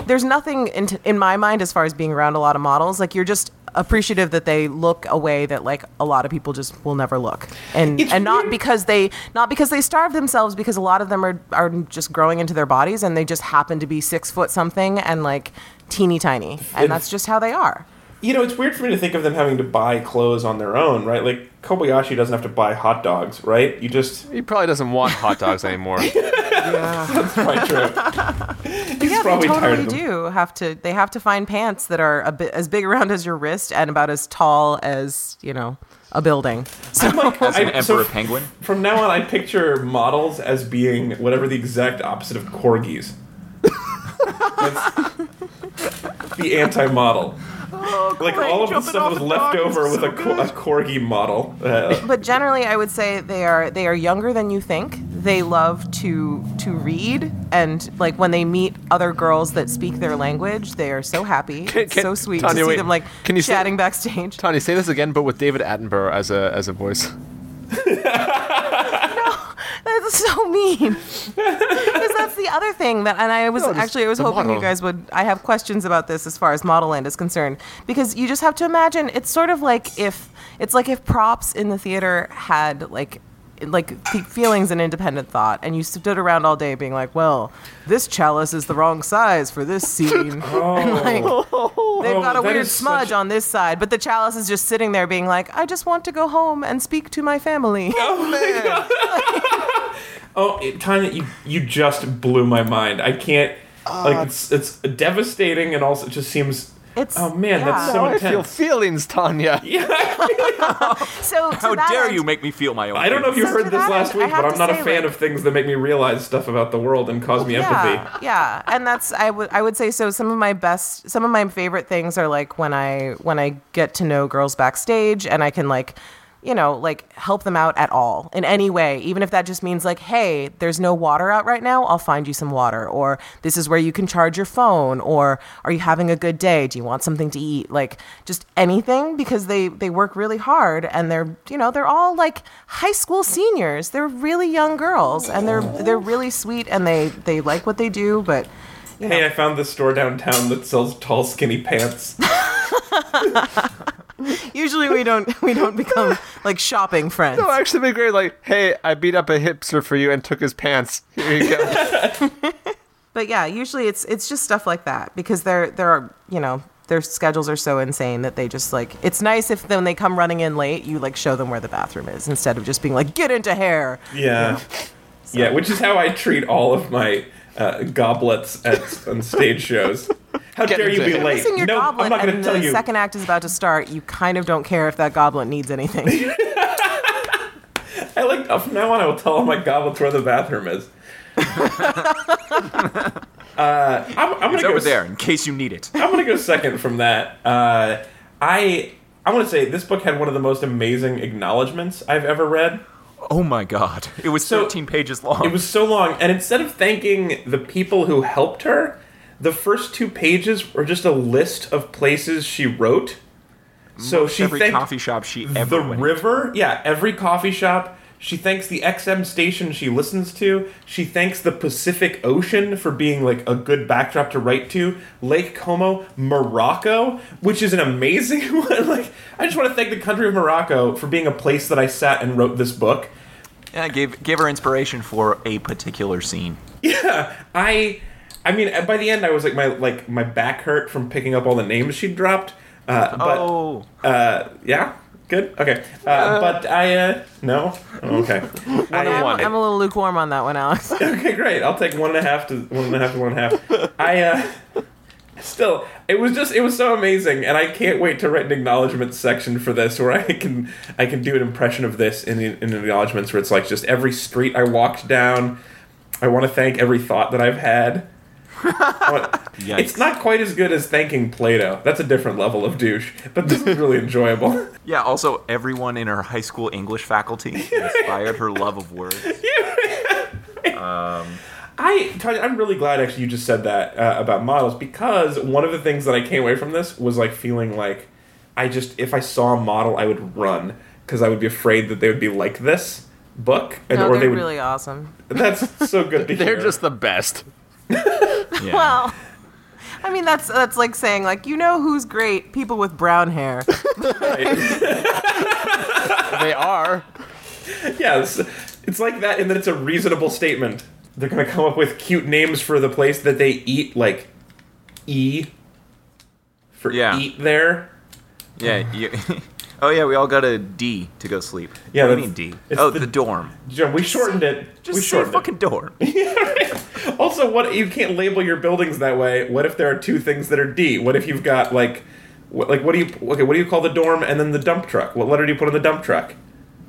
Speaker 1: there's nothing in, t- in my mind as far as being around a lot of models. Like you're just appreciative that they look a way that like a lot of people just will never look, and
Speaker 3: It's
Speaker 1: and not
Speaker 3: weird.
Speaker 1: because they not because they starve themselves, because a lot of them are are just growing into their bodies and they just happen to be six foot something and like teeny tiny, and
Speaker 3: And-
Speaker 1: that's just how they are.
Speaker 3: You know, it's weird for me to think of them having to buy clothes on their own, right? Like Kobayashi doesn't have to buy hot dogs, right? You just
Speaker 4: he probably doesn't want hot dogs
Speaker 1: [laughs]
Speaker 4: anymore.
Speaker 3: that's quite true. He's
Speaker 1: Yeah,
Speaker 3: probably
Speaker 1: they
Speaker 3: tired
Speaker 1: totally
Speaker 3: of them.
Speaker 1: do have to. They have to find pants that are a bit as big around as your wrist and about as tall as you know a building. So
Speaker 3: I'm like,
Speaker 2: As an
Speaker 3: I- so
Speaker 2: emperor
Speaker 3: f-
Speaker 2: penguin.
Speaker 3: From now on, I picture models as being whatever the exact opposite of corgis. That's the anti-model. like all of the
Speaker 2: Oh, jumping
Speaker 3: stuff
Speaker 2: off
Speaker 3: was
Speaker 2: a dog
Speaker 3: left
Speaker 2: is
Speaker 3: over with
Speaker 2: so
Speaker 3: a, co- a corgi model. Uh,
Speaker 1: but generally, I would say they are they are younger than you think. They love to to read and like when they meet other girls that speak their language, they are so happy.
Speaker 4: Can-
Speaker 1: it's
Speaker 4: can-
Speaker 1: so sweet
Speaker 4: Tanya,
Speaker 1: to see
Speaker 4: wait.
Speaker 1: them like
Speaker 4: Can you say-
Speaker 1: chatting backstage.
Speaker 4: Tanya, say this again, but with David Attenborough as a as a voice.
Speaker 1: That's so mean. Because that's the other thing that, and I was
Speaker 4: No, just
Speaker 1: actually, I was
Speaker 4: the
Speaker 1: hoping
Speaker 4: model.
Speaker 1: you guys would. I have questions about this as far as Model Land is concerned, because you just have to imagine. It's sort of like if it's like if props in the theater had like like fe- feelings and independent thought and you stood around all day being like well this chalice is the wrong size for this
Speaker 3: [laughs]
Speaker 1: scene [laughs] and like they've
Speaker 3: Oh,
Speaker 1: got a
Speaker 3: that
Speaker 1: weird
Speaker 3: is
Speaker 1: smudge
Speaker 3: such-
Speaker 1: on this side but the chalice is just sitting there being like i just want to go home and speak to my family
Speaker 3: oh, it- Tanya, you you just blew my mind. I can't.
Speaker 1: Ah,
Speaker 3: like it's it's devastating, and also it just seems.
Speaker 1: It's-
Speaker 3: oh man,
Speaker 1: yeah.
Speaker 3: that's so
Speaker 1: Now
Speaker 4: I feel
Speaker 3: intense.
Speaker 4: feelings, Tanya.
Speaker 1: [laughs] so to
Speaker 2: How
Speaker 1: that
Speaker 2: dare
Speaker 1: end-
Speaker 2: you make me feel my own?
Speaker 3: I don't know if you
Speaker 1: So
Speaker 3: heard
Speaker 1: to
Speaker 3: this
Speaker 1: that
Speaker 3: last
Speaker 1: end, I
Speaker 3: week, but
Speaker 1: have
Speaker 3: I'm
Speaker 1: to
Speaker 3: not a
Speaker 1: say,
Speaker 3: fan
Speaker 1: like-
Speaker 3: of things that make me realize stuff about the world and cause me empathy.
Speaker 1: Yeah, yeah, and that's I would I would say so. Some of my best, some of my favorite things are like when I when I get to know girls backstage and I can like, you know, like help them out at all in any way, even if that just means like, hey, there's no water out right now, I'll find you some water, or this is where you can charge your phone, or are you having a good day? Do you want something to eat? Like just anything because they they work really hard and they're you know they're all like high school seniors. They're really young girls and they're they're really sweet and they they like what they do, but. You know,
Speaker 3: Hey, I found this store downtown that sells tall, skinny
Speaker 1: [laughs]
Speaker 3: pants.
Speaker 1: usually we don't [laughs] we don't become like shopping
Speaker 4: [laughs]
Speaker 1: friends.
Speaker 4: That would actually be [laughs] great. Like, hey, I beat up a hipster for you and took his pants. Here you go.
Speaker 1: But yeah, usually it's it's just stuff like that because they're they're you know their schedules are so insane that they just like it's nice if then they come running in late you like show them where the bathroom is instead of just being like get into hair.
Speaker 3: Yeah. Yeah, which is how I treat all of my uh, goblets at on stage shows. How
Speaker 4: Get
Speaker 3: dare you
Speaker 4: into
Speaker 3: be
Speaker 4: it.
Speaker 3: late?
Speaker 1: Missing your
Speaker 3: no,
Speaker 1: goblet
Speaker 3: I'm not going to
Speaker 1: and
Speaker 3: tell
Speaker 1: the
Speaker 3: you.
Speaker 1: second act is about to start. You kind of don't care if that goblet needs
Speaker 3: [laughs]
Speaker 1: anything.
Speaker 3: I like uh, from now on. I will tell all my goblets where the
Speaker 1: [laughs]
Speaker 3: bathroom is. uh, I'm, I'm gonna
Speaker 2: It's
Speaker 3: go
Speaker 2: over
Speaker 3: s-
Speaker 2: there in case you need it.
Speaker 3: I'm gonna go second from that. Uh, I I want to say this book had one of the most amazing acknowledgments I've ever read.
Speaker 2: Oh my god. It was
Speaker 3: So-
Speaker 2: 13 pages long.
Speaker 3: It was so long, and instead of thanking the people who helped her, the first two pages were just a list of places she wrote. So she
Speaker 2: every
Speaker 3: thanked
Speaker 2: coffee shop she ever
Speaker 3: the
Speaker 2: went
Speaker 3: river. Yeah, every coffee shop. She thanks the XM station she listens to. She thanks the Pacific Ocean for being like a good backdrop to write to. Lake Como, Morocco, which is an amazing [laughs] one. Like, I just want to thank the country of Morocco for being a place that I sat and wrote this book.
Speaker 2: Yeah, gave gave her inspiration for a particular scene.
Speaker 3: Yeah, [laughs] I, I mean, uh, by the end, I was like my like my back hurt from picking up all the names she dropped. Uh, but,
Speaker 2: oh,
Speaker 3: uh, yeah, good, okay. Uh, but I uh, no, Oh, okay. I,
Speaker 1: I'm,
Speaker 3: uh,
Speaker 1: I'm a little lukewarm on that one, Alex.
Speaker 3: Okay, great. I'll take one and a half to one and a half to one and a half. I uh, still, it was just it was so amazing, and I can't wait to write an acknowledgement section for this, where I can I can do an impression of this in in acknowledgments, where it's like just every street I walked down. I want to thank every thought that I've had. I want-
Speaker 2: Yikes.
Speaker 3: it's not quite as good as thanking Plato. That's a different level of douche, but this is really enjoyable.
Speaker 2: yeah. Also, everyone in her high school English faculty
Speaker 3: [laughs]
Speaker 2: inspired her love of words.
Speaker 3: I, Tanya, I'm really glad actually you just said that uh, about models because one of the things that I came away from this was like feeling like I just if I saw a model I would run because I would be afraid that they would be like this book and
Speaker 1: No,
Speaker 3: or
Speaker 1: [laughs]
Speaker 3: they
Speaker 1: they're
Speaker 3: would.
Speaker 1: really awesome.
Speaker 3: [laughs] That's so good to
Speaker 4: They're
Speaker 3: hear.
Speaker 4: just the best.
Speaker 2: Yeah.
Speaker 1: [laughs] Well, I mean that's that's like saying like you know who's great? People with brown
Speaker 3: [laughs]
Speaker 1: hair.
Speaker 4: They are.
Speaker 3: yeah. It's, it's like that, and then it's a reasonable statement. They're gonna come up with cute names for the place that they eat, like E for
Speaker 2: Yeah.
Speaker 3: eat there.
Speaker 2: yeah. You, [laughs] oh yeah, we all got a D to go sleep.
Speaker 3: Yeah,
Speaker 2: what do you mean
Speaker 3: that's-
Speaker 2: D?
Speaker 3: it's
Speaker 2: Oh,
Speaker 3: the-
Speaker 2: the, dorm.
Speaker 3: Jim, we shortened it.
Speaker 2: Just
Speaker 3: we
Speaker 2: say
Speaker 3: shortened it.
Speaker 2: fucking
Speaker 3: [laughs]
Speaker 2: dorm.
Speaker 3: Also, what you can't label your buildings that way. What if there are two things that are D? What if you've got like, what, like what do you okay? What do you call the dorm and then the dump truck? What letter do you put on the dump truck?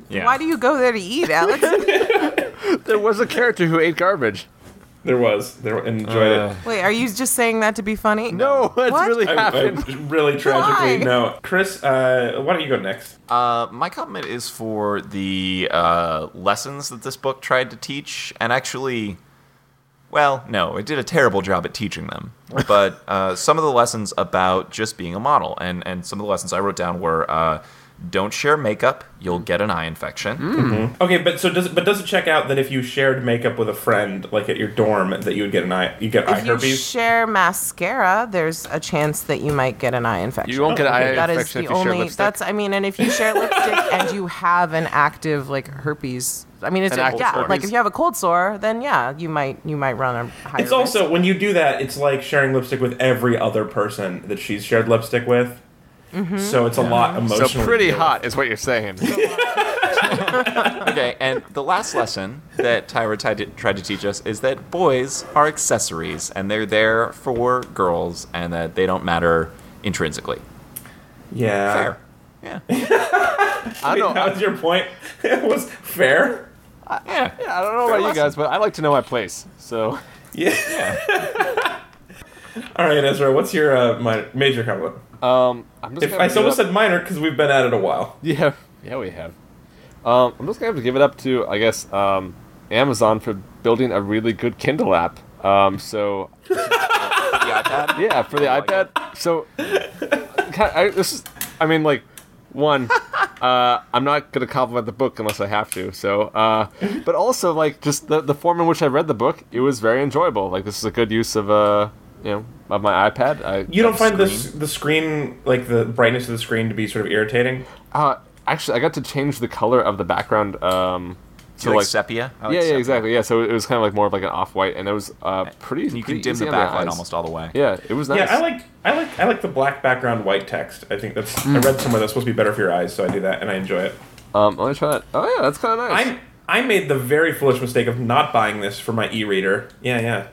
Speaker 2: Yeah.
Speaker 1: Why do you go there to eat, Alex?
Speaker 3: [laughs]
Speaker 4: There was a character who ate garbage. [laughs]
Speaker 3: There was there enjoyed
Speaker 2: Uh,
Speaker 3: it.
Speaker 1: Wait, are you just saying that to be funny?
Speaker 4: No, Oh, that's
Speaker 1: What?
Speaker 4: really
Speaker 3: I, I
Speaker 4: happened.
Speaker 3: really tragically
Speaker 1: Why?
Speaker 3: no. Chris, uh, why don't you go next?
Speaker 2: Uh, my comment is for the uh, lessons that this book tried to teach, and actually, well, no, it did a terrible job at teaching
Speaker 3: [laughs]
Speaker 2: them. But uh, some of the lessons about just being a model, and, and some of the lessons I wrote down were uh, don't share makeup, you'll get an eye infection.
Speaker 3: Okay, but so does it- but does it check out that if you shared makeup with a friend, like at your dorm, that you would get an eye you get eye
Speaker 1: If you
Speaker 3: herpes?
Speaker 1: share mascara, there's a chance that you might get an eye infection.
Speaker 4: You won't get an eye
Speaker 1: That is
Speaker 4: infection
Speaker 1: the
Speaker 4: if you share
Speaker 1: only.
Speaker 4: lipstick.
Speaker 1: That's I mean, and if you
Speaker 4: [laughs]
Speaker 1: share lipstick and you have an active like herpes, I mean, it's
Speaker 4: An
Speaker 1: a-
Speaker 4: active
Speaker 1: yeah.
Speaker 4: herpes.
Speaker 1: Like if you have a cold sore, then yeah, you might you might run a higher.
Speaker 3: it's also when you do that, it's like sharing lipstick with every other person that she's shared lipstick with. So it's a lot
Speaker 4: so
Speaker 3: emotionally.
Speaker 4: pretty
Speaker 3: to deal with.
Speaker 4: hot is what you're saying.
Speaker 2: Okay, and the last lesson that Tyra tried to, tried to teach us is that boys are accessories, and they're there for girls, and that they don't matter intrinsically.
Speaker 3: Yeah.
Speaker 2: Fair. Yeah.
Speaker 3: [laughs]
Speaker 4: I [laughs] don't.
Speaker 3: that was your point. It was fair.
Speaker 2: Yeah.
Speaker 4: I don't know about you guys, but I like to know my place. So [laughs]
Speaker 3: Yeah. All right, Ezra. What's your uh, minor, major comment?
Speaker 4: um, I'm just.
Speaker 3: If
Speaker 4: gonna
Speaker 3: I
Speaker 4: have to give
Speaker 3: almost
Speaker 4: it up-
Speaker 3: said minor because we've been at it a while.
Speaker 4: yeah, yeah, we have. Um, I'm just gonna have to give it up to I guess um, Amazon for building a really good Kindle app. Um, so [laughs] yeah, for the
Speaker 2: like
Speaker 4: iPad. So ca- I, this is, I mean, like [laughs] one. Uh, I'm not gonna compliment the book unless I have to. So, uh, but also like just the the form in which I read the book, it was very enjoyable. Like this is a good use of uh, you know, of my iPad. I,
Speaker 3: You don't
Speaker 2: Of
Speaker 3: find this the screen like the brightness of the screen to be sort of irritating?
Speaker 4: Uh, actually, I got to change the color of the background um,
Speaker 2: So like, sepia. I like
Speaker 4: yeah, yeah,
Speaker 2: sepia.
Speaker 4: exactly. Yeah, so it was kind of like more of like an off-white, and it was uh, pretty.
Speaker 2: And you
Speaker 4: pretty
Speaker 2: can dim
Speaker 4: easy
Speaker 2: the
Speaker 4: on
Speaker 2: backlight
Speaker 4: eyes.
Speaker 2: almost all the way.
Speaker 4: Yeah, it was nice.
Speaker 3: Yeah, I like I like I like the black background white text. I think that's I read somewhere that's supposed to be better for your eyes, so I do that and I enjoy it.
Speaker 4: Um, let me try that. Oh yeah, that's kind of nice.
Speaker 3: I I made the very foolish mistake of not buying this for my e-reader. Yeah, yeah.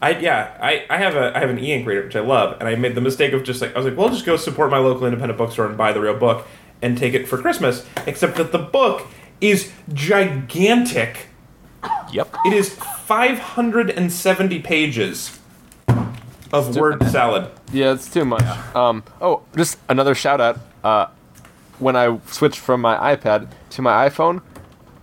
Speaker 3: I yeah, I, I have a I have an e-ink reader which I love, and I made the mistake of just like I was like, well, I'll just go support my local independent bookstore and buy the real book and take it for Christmas. Except that the book is gigantic.
Speaker 2: Yep.
Speaker 3: It is 570 pages of word salad.
Speaker 4: Yeah, it's too much. Um, oh, just another shout out. Uh, when I switched from my iPad to my iPhone,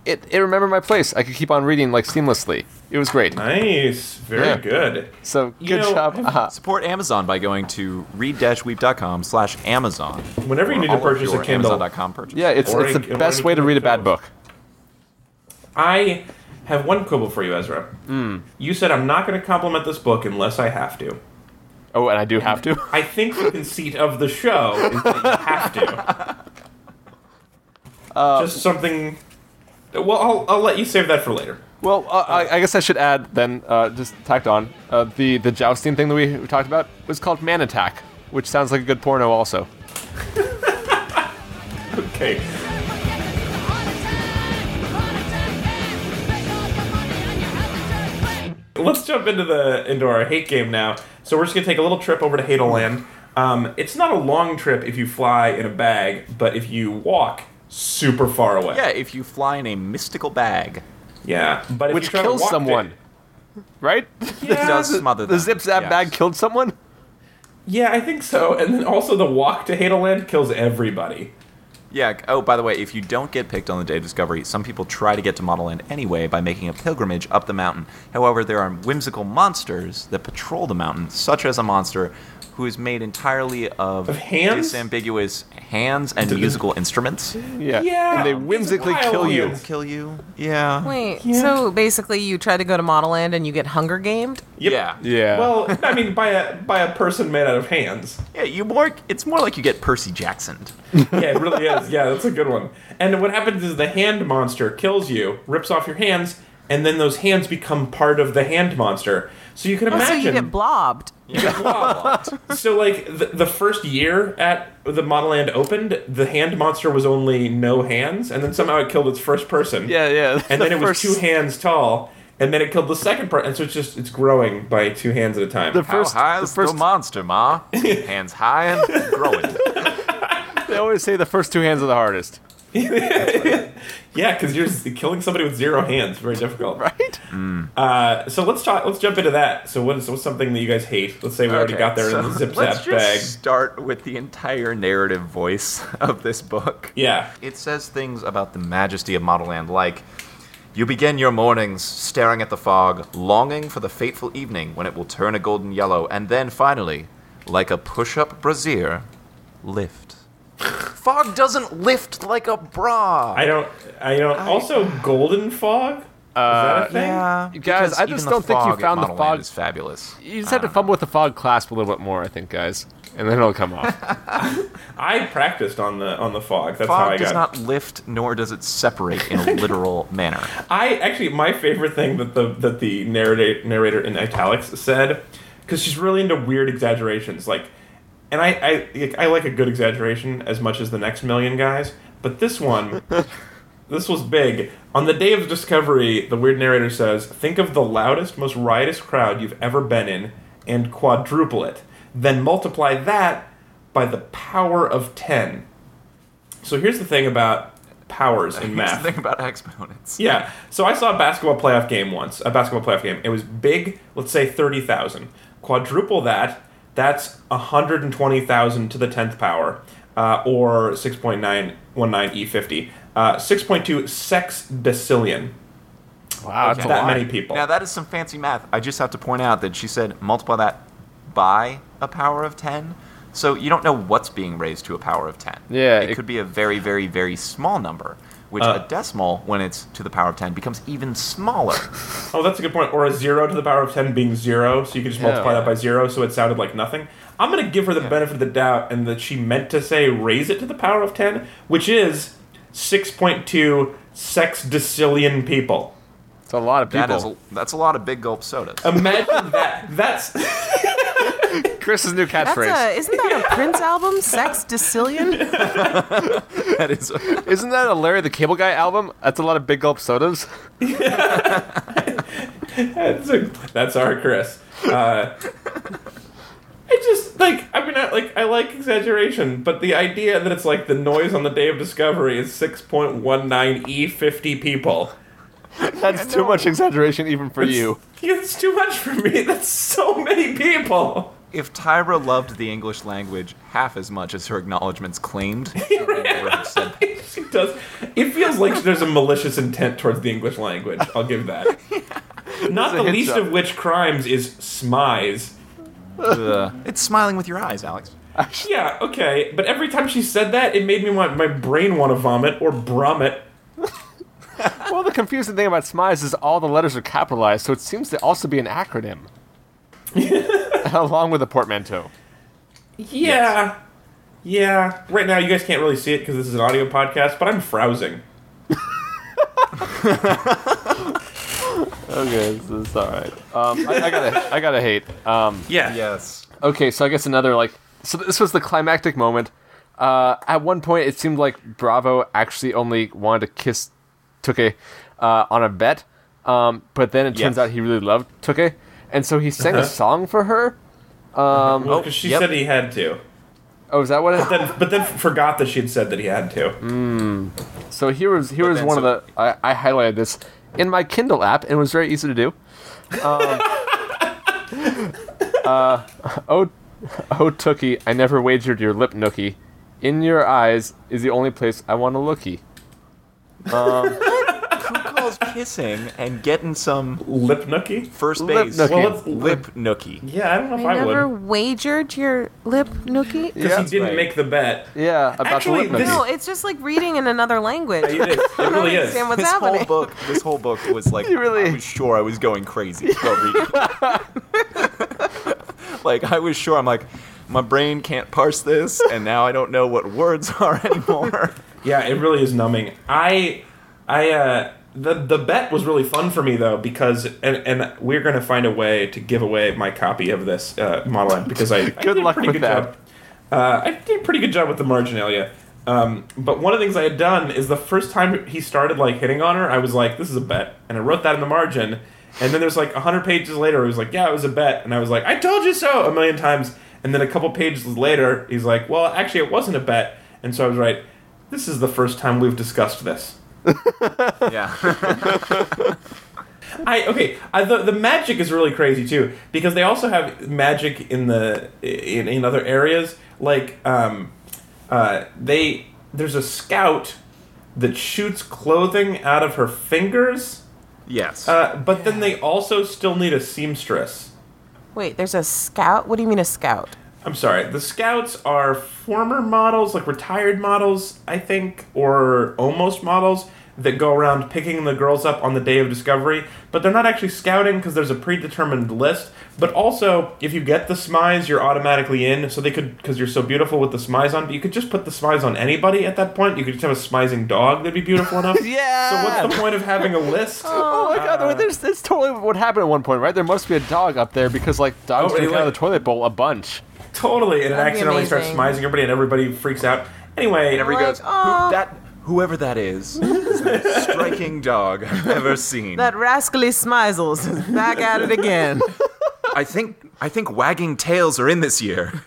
Speaker 4: it, it remembered my place. I could keep on reading like seamlessly. It was great.
Speaker 3: Nice, very
Speaker 4: Yeah.
Speaker 3: good.
Speaker 4: So
Speaker 3: You
Speaker 4: good
Speaker 3: know,
Speaker 4: job.
Speaker 3: I've-
Speaker 4: Uh,
Speaker 2: Support Amazon by going to read-weep.com slash Amazon.
Speaker 3: Whenever you
Speaker 2: for
Speaker 3: need to
Speaker 2: all of
Speaker 3: purchase a
Speaker 2: your
Speaker 3: Kindle.
Speaker 2: Amazon.com purchase.
Speaker 4: yeah, it's
Speaker 3: Or
Speaker 4: it's
Speaker 3: I-
Speaker 4: the
Speaker 3: I
Speaker 4: best
Speaker 3: wanted
Speaker 4: way
Speaker 3: to
Speaker 4: to read a bad
Speaker 3: propose.
Speaker 4: book.
Speaker 3: I have one quibble for you, Ezra. You said I'm not going to compliment this book unless I have to.
Speaker 4: Oh, and I do have to.
Speaker 3: I think the conceit of the show is that you have to. Just something. Well, I'll, I'll let you save that for later.
Speaker 4: Well, uh, I, I guess I should add then, uh, just tacked on, uh, the the jousting thing that we we talked about was called Man Attack, which sounds like a good porno also.
Speaker 3: Okay. Let's jump into the into our hate game now. So we're just gonna take a little trip over to Hadeland. Um, it's not a long trip if you fly in a bag, but if you walk, super far away.
Speaker 2: Yeah, if you fly in a mystical bag,
Speaker 3: Yeah, but if you
Speaker 4: Which
Speaker 3: try to
Speaker 4: kills
Speaker 3: walk
Speaker 4: someone.
Speaker 3: it-
Speaker 4: Right?
Speaker 2: it
Speaker 3: [laughs] Yeah,
Speaker 2: does
Speaker 3: the-
Speaker 2: smother
Speaker 4: the
Speaker 2: them.
Speaker 4: Zip Zap
Speaker 2: Yes.
Speaker 4: bag killed someone?
Speaker 3: yeah, I think so. And then also the walk to Hadeland kills everybody.
Speaker 2: Yeah. Oh, by the way, if you don't get picked on the day of discovery, some people try to get to Model End anyway by making a pilgrimage up the mountain. However, there are whimsical monsters that patrol the mountain, such as a monster who is made entirely of,
Speaker 3: Of hands?
Speaker 2: disambiguous hands and musical instruments.
Speaker 4: Yeah.
Speaker 3: Yeah,
Speaker 4: And they
Speaker 3: it's
Speaker 4: whimsically
Speaker 3: wild.
Speaker 4: kill you.
Speaker 3: Yes.
Speaker 2: Kill you. Yeah.
Speaker 1: Wait,
Speaker 3: Yeah.
Speaker 1: so basically you try to go to Model Land and you get Hunger Gamed?
Speaker 3: Yep.
Speaker 2: Yeah.
Speaker 4: Yeah.
Speaker 3: Well, I mean, by a by a person made out of hands.
Speaker 2: Yeah. You more. It's more like you get Percy Jacksoned.
Speaker 3: Yeah, it really is. Yeah, that's a good one. And what happens is the hand monster kills you, rips off your hands, and then those hands become part of the hand monster. So you can
Speaker 1: Oh, so
Speaker 3: imagine.
Speaker 1: you get blobbed.
Speaker 3: [laughs] so like the, the first year at the Model Land opened, the hand monster was only no hands, and then somehow it killed its first person.
Speaker 4: yeah, yeah.
Speaker 3: And then it was
Speaker 4: First-
Speaker 3: two hands tall, and then it killed the second person. And so it's just it's growing by two hands at a time.
Speaker 4: The first,
Speaker 2: How high
Speaker 4: the
Speaker 2: is
Speaker 4: first
Speaker 2: the monster, Ma? Hands high and growing.
Speaker 4: They always say the first two hands are the hardest, [laughs]
Speaker 3: yeah, because you're s- killing somebody with zero hands, very difficult.
Speaker 4: right?
Speaker 3: Uh, so let's talk. Let's jump into that. So what is what's something that you guys hate? Let's say we already
Speaker 2: Okay,
Speaker 3: got there
Speaker 2: so [laughs]
Speaker 3: in the zip
Speaker 2: let's
Speaker 3: zap
Speaker 2: just
Speaker 3: bag.
Speaker 2: Start with the entire narrative voice [laughs] of this book.
Speaker 3: Yeah.
Speaker 2: It says things about the majesty of Model Land, like you begin your mornings staring at the fog, longing for the fateful evening when it will turn a golden yellow, and then finally, like a push-up brassiere,
Speaker 3: [laughs]
Speaker 2: lift. fog doesn't lift like a bra.
Speaker 3: I don't. I don't. also, golden fog. is that a thing?
Speaker 2: Uh, yeah,
Speaker 4: Guys,
Speaker 2: because
Speaker 4: I
Speaker 2: even
Speaker 4: just
Speaker 2: the
Speaker 4: don't think you
Speaker 2: fog at
Speaker 4: found the
Speaker 2: Model Land
Speaker 4: fog-
Speaker 2: is fabulous.
Speaker 4: You just have
Speaker 3: Ah.
Speaker 4: to fumble with the fog clasp a little bit more, I think, guys, and then it'll come
Speaker 3: [laughs]
Speaker 4: off.
Speaker 3: I practiced on the on the fog. That's how I
Speaker 2: Fog
Speaker 3: got.
Speaker 2: does not lift, nor does it separate
Speaker 3: [laughs]
Speaker 2: in a literal manner.
Speaker 3: I actually my favorite thing that the that the narrator narrator in italics said because she's really into weird exaggerations like and I I like, I like a good exaggeration as much as the next million guys but
Speaker 2: [laughs]
Speaker 3: this one this was big on the day of discovery the weird narrator says think of the loudest most riotous crowd you've ever been in and quadruple it then multiply that by the power of 10 so here's the thing about powers
Speaker 2: [laughs]
Speaker 3: in
Speaker 2: Here's
Speaker 3: math
Speaker 2: the thing about exponents.
Speaker 3: yeah. So I saw a basketball playoff game once. A basketball playoff game. It was big. Let's say thirty thousand. Quadruple that. That's hundred and twenty thousand to the tenth power, uh, or six point nine one nine e fifty. Uh, six point two sextillion.
Speaker 4: Wow, that's a
Speaker 3: That
Speaker 4: lot.
Speaker 3: many people.
Speaker 2: Now that is some fancy math. I just have to point out that she said multiply that by a power of ten. So you don't know what's being raised to a power of ten.
Speaker 4: Yeah,
Speaker 2: it,
Speaker 4: it-
Speaker 2: could be a very, very, very small number, which
Speaker 3: Uh,
Speaker 2: a decimal, when it's to the power of ten, becomes even
Speaker 3: [laughs]
Speaker 2: smaller.
Speaker 3: Oh, that's a good point. Or a zero to the power of ten being zero, so you could just multiply
Speaker 4: Yeah.
Speaker 3: that by zero, so it sounded like nothing. I'm gonna give her the benefit of the doubt, and that she meant to say raise it to the power of ten, which is six point two sexdecillion people.
Speaker 4: It's a lot of people.
Speaker 2: That is a, that's a lot of big gulp sodas.
Speaker 3: Um, Imagine that. That's
Speaker 4: Chris's new
Speaker 1: That's
Speaker 4: catchphrase.
Speaker 1: a, isn't that a
Speaker 4: [laughs]
Speaker 1: Prince album? Sex
Speaker 3: [laughs]
Speaker 1: Decillion?
Speaker 2: that is
Speaker 4: Isn't that a Larry the Cable Guy album? That's a lot of big gulp [laughs] sodas.
Speaker 3: that's, a, that's our Chris. Uh, I just like I mean I, like I like exaggeration, but the idea that it's like the noise on the day of discovery is six point one nine e fifty people.
Speaker 4: That's too much exaggeration even for you.
Speaker 3: It's too much for me. That's so many people.
Speaker 2: if Tyra loved the English language half as much as her acknowledgments
Speaker 3: [laughs]
Speaker 2: claimed, I would never have said that.
Speaker 3: She does. It feels like there's a malicious intent towards the English language. I'll give
Speaker 4: [laughs]
Speaker 3: that. Not
Speaker 4: a
Speaker 3: the
Speaker 4: hit
Speaker 3: least
Speaker 4: job.
Speaker 3: of which crimes is smize.
Speaker 2: Ugh. it's smiling with your eyes, Alex.
Speaker 3: Yeah, okay, but every time she said that, it made me want my brain want to vomit or brummet.
Speaker 4: Well, the confusing thing about Smize is all the letters are capitalized, so it seems to also be an [laughs] acronym. Along with a portmanteau.
Speaker 3: Yeah, yeah. Right now, you guys can't really see it because this is an audio podcast, but I'm frowsing.
Speaker 4: Okay, this is alright. Um, I, I gotta, I gotta hate. Um,
Speaker 3: Yeah,
Speaker 2: Yes.
Speaker 4: Okay, so I guess another like so this was the climactic moment. Uh, at one point, it seemed like Bravo actually only wanted to kiss Tuke uh, on a bet, um, but then it turns
Speaker 2: Yes. Uh-huh.
Speaker 4: out he really loved Tuke, and so he sang a song for her.
Speaker 3: Well, 'cause she
Speaker 2: yep.
Speaker 3: said he had to,
Speaker 4: Oh, is that what?
Speaker 2: [laughs]
Speaker 4: It,
Speaker 3: then but then forgot that she had said that he had to.
Speaker 4: so here was here was
Speaker 2: then
Speaker 4: one
Speaker 2: so-
Speaker 4: of the I, I highlighted this in my Kindle app, and it was very easy to do. Um, [laughs] uh, oh, oh, Tookie, I never wagered your lip nookie. In your eyes is the only place I want to lookie.
Speaker 2: Who calls kissing and getting some
Speaker 3: Lip nookie.
Speaker 2: first
Speaker 4: Lip
Speaker 2: base
Speaker 4: nookie.
Speaker 3: Well,
Speaker 2: [laughs]
Speaker 3: let's-
Speaker 2: lip nookie?
Speaker 3: Yeah, I don't know if I,
Speaker 1: I never
Speaker 3: would.
Speaker 1: wagered your lip nookie.
Speaker 3: Because
Speaker 4: Yeah.
Speaker 3: he didn't
Speaker 2: right.
Speaker 3: make the bet.
Speaker 4: Yeah, about
Speaker 3: Actually,
Speaker 4: the lip
Speaker 3: this-
Speaker 4: nookie.
Speaker 1: No, it's just like reading in another language.
Speaker 3: It is. It
Speaker 1: [laughs] I don't
Speaker 3: really is.
Speaker 1: understand what's
Speaker 2: this
Speaker 1: happening.
Speaker 2: whole book, this whole book
Speaker 1: [laughs]
Speaker 2: was like,
Speaker 4: You really-
Speaker 2: I was sure I was going crazy. while reading
Speaker 1: [laughs]
Speaker 2: it. like I was sure. I'm like, my brain can't parse this, and now I don't know what words [laughs] are anymore.
Speaker 1: [laughs]
Speaker 3: Yeah, it really is numbing. I, I, uh, the the bet was really fun for me though because and and we're gonna find a way to give away my copy of this uh, model app because I, I did a
Speaker 4: luck
Speaker 3: pretty
Speaker 4: with
Speaker 3: good
Speaker 4: that.
Speaker 3: job. Uh, I did a pretty good job with the marginalia. Um, but one of the things I had done is the first time he started like hitting on her, I was like, "This is a bet," and I wrote that in the margin. And then there's like hundred pages later, he was like, "Yeah, it was a bet," and I was like, "I told you so" a million times. And then a couple pages later, he's like, "Well, actually, it wasn't a bet," and so I was right. This is the first time we've discussed this.
Speaker 1: [laughs]
Speaker 2: yeah.
Speaker 3: I okay. I, the the magic is really crazy too because they also have magic in the in, in other areas. Like um, uh, they there's a scout that shoots clothing out of her fingers,
Speaker 2: Yes.
Speaker 3: uh, but then they also still need a seamstress.
Speaker 1: Wait, there's a scout? What do you mean a scout?
Speaker 3: I'm sorry. The scouts are former models, like retired models, I think, or almost models that go around picking the girls up on the day of discovery. But they're not actually scouting because there's a predetermined list. But also, if you get the smize, you're automatically in. So they could, because you're so beautiful with the smize on. But you could just put the smize on anybody at that point. You could just have a smizing dog that'd be
Speaker 1: [laughs]
Speaker 3: beautiful enough.
Speaker 4: Yeah.
Speaker 3: So what's the point of having a list?
Speaker 4: Oh my god, wait, there's, that's totally what happened at one point, right? There must be a dog up there because, like, dogs
Speaker 3: Oh,
Speaker 4: drink out
Speaker 3: really?
Speaker 4: of the toilet bowl a bunch.
Speaker 3: Totally, and it
Speaker 1: That'd be
Speaker 3: accidentally starts
Speaker 1: amazing.
Speaker 3: smizing everybody, and everybody freaks out. Anyway,
Speaker 2: And everybody
Speaker 1: Like, uh,
Speaker 2: goes,
Speaker 1: "Aw."
Speaker 2: Who, that whoever that is, is the
Speaker 1: [laughs]
Speaker 2: most striking dog I've ever seen.
Speaker 1: That rascally Smizels is back at it again.
Speaker 2: I think I think wagging tails are in
Speaker 1: [laughs]
Speaker 2: this year.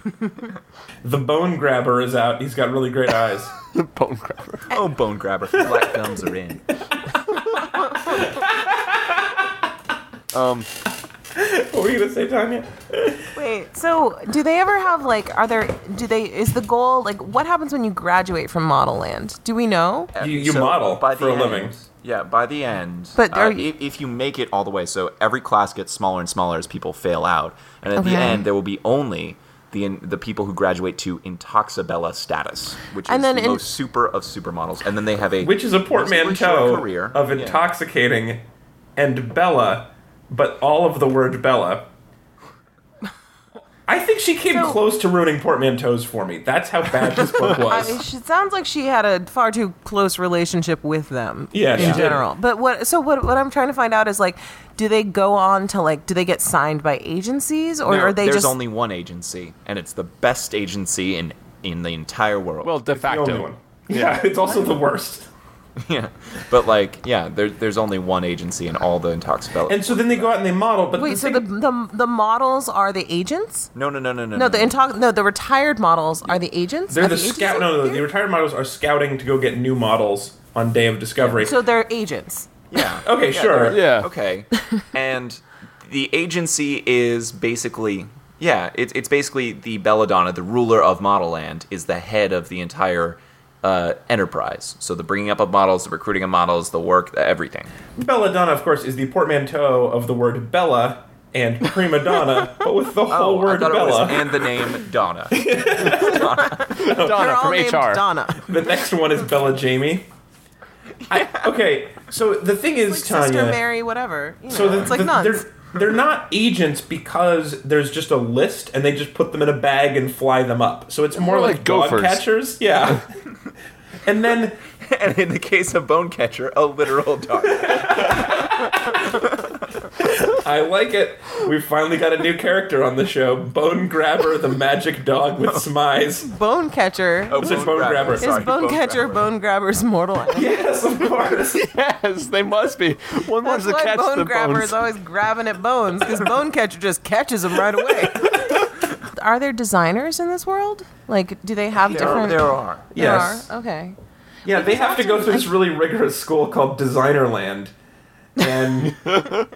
Speaker 3: The bone grabber is out. He's got really great eyes.
Speaker 4: The [laughs] bone grabber.
Speaker 2: oh, bone grabber, black gums are in.
Speaker 3: what were you gonna say, Tanya?
Speaker 1: [laughs] Wait, so do they ever have like are there do they is the goal like what happens when you graduate from model land? Do we know?
Speaker 2: Uh,
Speaker 3: You, you model for a
Speaker 2: end,
Speaker 3: living.
Speaker 2: Yeah, by the end,
Speaker 1: But
Speaker 2: uh,
Speaker 1: are you-
Speaker 2: if, if you make it all the way, so every class gets smaller and smaller as people fail out, and at
Speaker 1: Okay.
Speaker 2: the end there will be only the the people who graduate to intoxabella status, which
Speaker 1: And
Speaker 2: is
Speaker 1: then
Speaker 2: the
Speaker 1: in-
Speaker 2: most super of supermodels, and then they have a
Speaker 3: Which is a portmanteau
Speaker 2: short career.
Speaker 3: of
Speaker 2: Yeah.
Speaker 3: intoxicating and Bella, but all of the word Bella. I I think she came
Speaker 1: So-
Speaker 3: close to ruining portmanteaus for me. That's how bad this
Speaker 1: [laughs]
Speaker 3: book was.
Speaker 1: I, she sounds like she had a far too close relationship with them.
Speaker 3: Yeah,
Speaker 1: in
Speaker 3: she did.
Speaker 1: general. But what? So what? What I'm trying to find out is like, do they go on to like, do they get signed by agencies, or
Speaker 2: No,
Speaker 1: are they
Speaker 2: there's
Speaker 1: just
Speaker 2: only one agency, and it's the best agency in in the entire world.
Speaker 4: Well, de
Speaker 3: The only one.
Speaker 4: facto.
Speaker 3: Yeah, it's also the worst.
Speaker 2: yeah, but like, yeah, there, there's only one agency in all the Intoxibella.
Speaker 3: And so then they go out and they model, but
Speaker 1: wait?
Speaker 3: the
Speaker 1: So the,
Speaker 3: thing-
Speaker 1: the the models are the agents?
Speaker 2: no, no, no, no, no.
Speaker 1: No, the intox- No, the retired models are the agents.
Speaker 3: they're
Speaker 1: Are
Speaker 3: the,
Speaker 1: agency
Speaker 3: scout. No, no, the
Speaker 1: there?
Speaker 3: retired models are scouting to go get new models on Day of Discovery.
Speaker 1: so they're agents.
Speaker 2: Yeah.
Speaker 3: Okay,
Speaker 2: Yeah,
Speaker 3: sure.
Speaker 2: they're-
Speaker 4: Yeah.
Speaker 2: Okay. and the agency is basically yeah, it's it's basically the Belladonna, the ruler of Model Land, is the head of the entire uh, enterprise. So the bringing up of models, the recruiting of models, the work, the everything.
Speaker 3: Belladonna, of course, is the portmanteau of the word Bella and prima donna, but with the whole
Speaker 2: Oh, I
Speaker 3: Oh, word
Speaker 2: thought it was-
Speaker 3: Bella.
Speaker 2: and the name
Speaker 3: [laughs]
Speaker 2: Donna.
Speaker 1: They're
Speaker 4: Donna
Speaker 1: all
Speaker 4: from
Speaker 1: named
Speaker 4: HR.
Speaker 1: Donna,
Speaker 3: The next one is Bella Jamie. I, okay, so the thing is,
Speaker 1: like
Speaker 3: Tanya.
Speaker 1: Sister Mary, whatever. You know,
Speaker 3: So the,
Speaker 1: it's like
Speaker 3: the-
Speaker 1: nuns.
Speaker 3: They're, they're not agents because there's just a list and they just put them in a bag and fly them up. So it's more,
Speaker 4: more
Speaker 3: like,
Speaker 4: like
Speaker 3: dog
Speaker 4: gophers.
Speaker 3: catchers. [laughs] Yeah. and then
Speaker 2: and in the case of Bonecatcher, a literal dog.
Speaker 3: I like it. We finally got a new character on the show Bone Grabber, the magic dog [laughs] with smize.
Speaker 1: Bone catcher.
Speaker 2: Oh,
Speaker 3: It's a bone grabber.
Speaker 1: is
Speaker 2: sorry,
Speaker 1: bone catcher bone grabber's
Speaker 3: [laughs]
Speaker 1: mortal enemy?
Speaker 3: Yes, of course.
Speaker 4: Yes, they must be. One wants
Speaker 1: That's why
Speaker 4: to catch
Speaker 1: bone
Speaker 4: the
Speaker 1: grabber
Speaker 4: bones.
Speaker 1: is always grabbing at bones because bone catcher just catches them right
Speaker 3: [laughs]
Speaker 1: away. Are there designers in this world? Like, do they have
Speaker 2: There,
Speaker 1: different?
Speaker 2: there are.
Speaker 1: There
Speaker 3: Yes.
Speaker 1: are? Okay.
Speaker 3: Yeah, they have to go through this really rigorous school called Designerland. And don't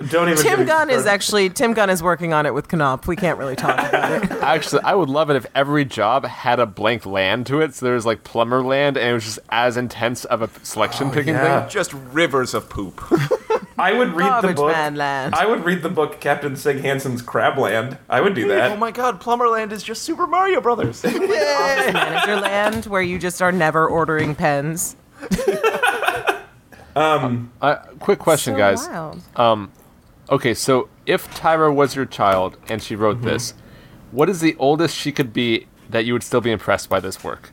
Speaker 3: even get me
Speaker 1: Tim Gunn is
Speaker 3: started.
Speaker 1: actually Tim Gunn is working on it with Knopf. We can't really talk about it.
Speaker 4: Actually, I would love it if every job had a blank land to it. So there was like plumber land, and it was just as intense of a selection
Speaker 1: Oh,
Speaker 4: picking
Speaker 3: yeah.
Speaker 4: thing.
Speaker 2: Just rivers of poop.
Speaker 3: I would read the
Speaker 1: Garbage
Speaker 3: book.
Speaker 1: man land.
Speaker 3: I would read the book Captain Sig Hansen's Crabland. I would do
Speaker 2: Oh
Speaker 3: that.
Speaker 2: my god, Plumberland is just Super Mario
Speaker 3: [laughs]
Speaker 2: Brothers.
Speaker 1: Office manager land where you just are never ordering pens.
Speaker 4: Uh, quick question,
Speaker 1: So
Speaker 4: guys.
Speaker 1: wild.
Speaker 4: Okay, so if Tyra was your child and she wrote this, what is the oldest she could be that you would still be impressed by this work?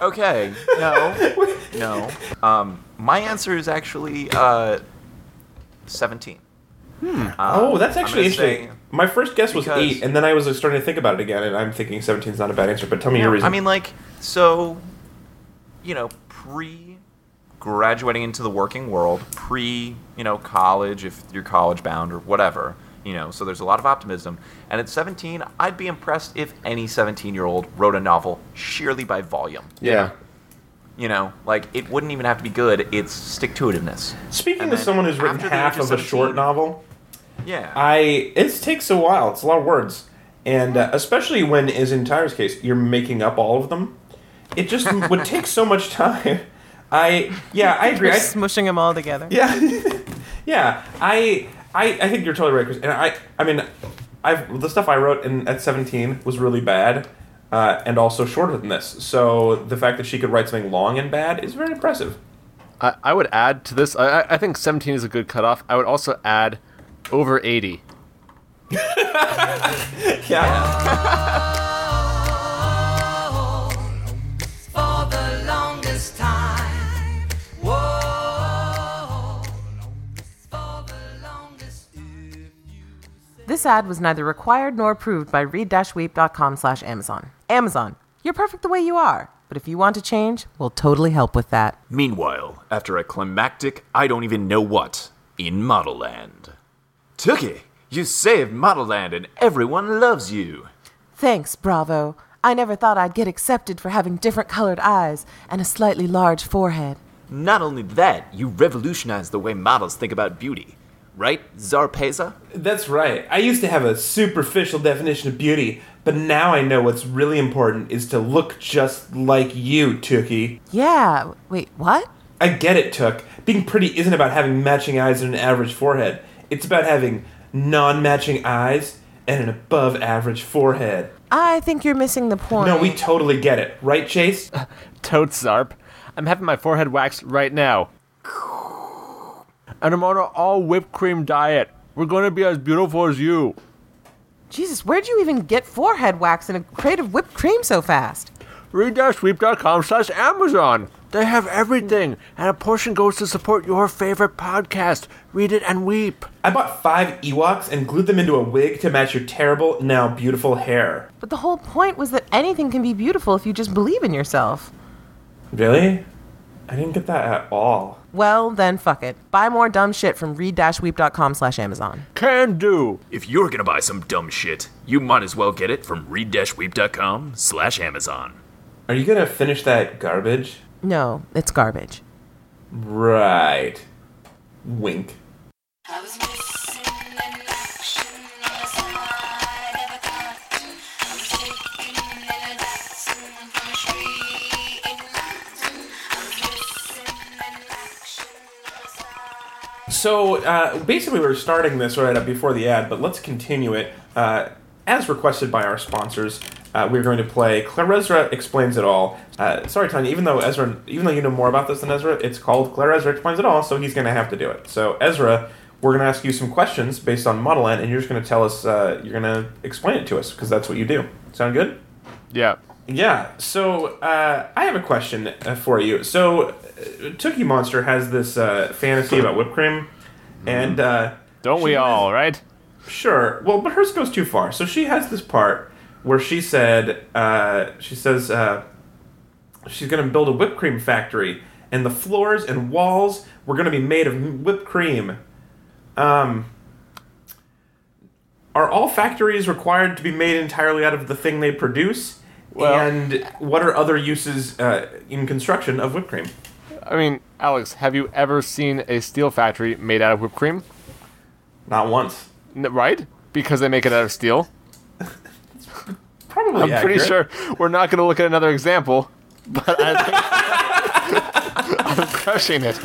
Speaker 2: Okay. No. [laughs] no. Um, my answer is actually uh, 17.
Speaker 3: oh, that's actually
Speaker 2: I'm gonna say-
Speaker 3: interesting. My first guess was
Speaker 2: Because-
Speaker 3: eight, and then I was like, starting to think about it again, and I'm thinking 17 is not a bad answer. But tell me your reason.
Speaker 2: I mean, like, so, you know, pre graduating into the working world, pre, you know, college, if you're college bound or whatever, you know, so there's a lot of optimism. And at 17, I'd be impressed if any 17 year old wrote a novel sheerly by volume.
Speaker 4: Yeah.
Speaker 2: You know, like, it wouldn't even have to be good, it's stick to itiveness.
Speaker 3: speaking
Speaker 2: and
Speaker 3: to
Speaker 2: then
Speaker 3: someone who's written
Speaker 2: after the
Speaker 3: half
Speaker 2: age of
Speaker 3: of a short
Speaker 2: 17
Speaker 3: novel,
Speaker 2: Yeah.
Speaker 3: I it takes a while. It's a lot of words, and uh, especially when, as in Tyra's case, you're making up all of them. It just would take so much time. I yeah, I agree.
Speaker 1: You're [laughs]
Speaker 3: I,
Speaker 1: smushing them all together.
Speaker 3: Yeah, [laughs] yeah. I, I I think you're totally right, Chris. And I I mean, I've the stuff I wrote in at 17 was really bad, uh, and also shorter than this. So the fact that she could write something long and bad is very impressive.
Speaker 4: I, I would add to this, I, I- I think 17 is a good cutoff. I would also add over 80.
Speaker 3: Yeah.
Speaker 5: for the longest time. Whoa, for the longest
Speaker 1: This ad was neither required nor approved by read-weep.com slash Amazon. Amazon, you're perfect the way you are. But if you want to change, we'll totally help with that.
Speaker 6: Meanwhile, after a climactic I don't even know what in Model Land. Tookie, you saved Model Land and everyone loves you.
Speaker 1: Thanks, Bravo. I never thought I'd get accepted for having different colored eyes and a slightly large forehead.
Speaker 6: Not only that, you revolutionized the way models think about beauty. Right, Zarpeza?
Speaker 3: That's right. I used to have a superficial definition of beauty, but now I know what's really important is to look just like you, Tookie.
Speaker 1: Yeah, wait, what?
Speaker 3: I get it, Took. Being pretty isn't about having matching eyes and an average forehead. It's about having non matching eyes and an above average forehead.
Speaker 1: I think you're missing the point.
Speaker 3: No, we totally get it. Right, Chase?
Speaker 4: Totes Zarp. I'm having my forehead waxed right now. And I'm on an all whipped cream diet. We're gonna be as beautiful as you.
Speaker 1: Jesus, where'd you even get forehead wax and a crate of whipped cream so fast?
Speaker 4: Read sweep.com slash Amazon. They have everything, and a portion goes to support your favorite podcast. Read it and weep.
Speaker 3: I bought five Ewoks and glued them into a wig to match your terrible, now beautiful hair.
Speaker 1: But the whole point was that anything can be beautiful if you just believe in yourself.
Speaker 3: Really? I didn't get that at all.
Speaker 1: Well, then fuck it. Buy more dumb shit from read-weep.com slash Amazon.
Speaker 4: Can do.
Speaker 6: If you're gonna buy some dumb shit, you might as well get it from read-weep.com slash Amazon.
Speaker 3: Are you gonna finish that garbage?
Speaker 1: No, it's garbage.
Speaker 3: Right. Wink.
Speaker 5: I was missing an action on a slide of a cart. I was taking an action from a tree in London. I was missing an action on a slide.
Speaker 3: So uh, basically, we were starting this right up before the ad, but let's continue it. Uh, as requested by our sponsors, uh, we're going to play Clarezra Explains It All. Uh, sorry, Tanya, even though Ezra, even though you know more about this than Ezra, it's called Clarezra Explains It All, so he's going to have to do it. So, Ezra, we're going to ask you some questions based on Model N, and you're just going to tell us, uh, you're going to explain it to us, because that's what you do. Sound good?
Speaker 4: Yeah.
Speaker 3: Yeah. So uh, I have a question uh, for you. So uh, Tookie Monster has this uh, fantasy about whipped cream, and uh,
Speaker 4: Don't we all, right?
Speaker 3: sure. Well, but hers goes too far. So she has this part where she said uh, she says uh, she's going to build a whipped cream factory, and the floors and walls were going to be made of whipped cream. Um. Are all factories required to be made entirely out of the thing they produce? and what are other uses uh, in construction of whipped cream?
Speaker 4: I mean, Alex, have you ever seen a steel factory made out of whipped cream?
Speaker 3: Not once.
Speaker 4: N- right? Because they make it out of steel.
Speaker 3: Probably.
Speaker 4: I'm pretty sure we're not going to look at another example, but I think [laughs] I'm crushing it.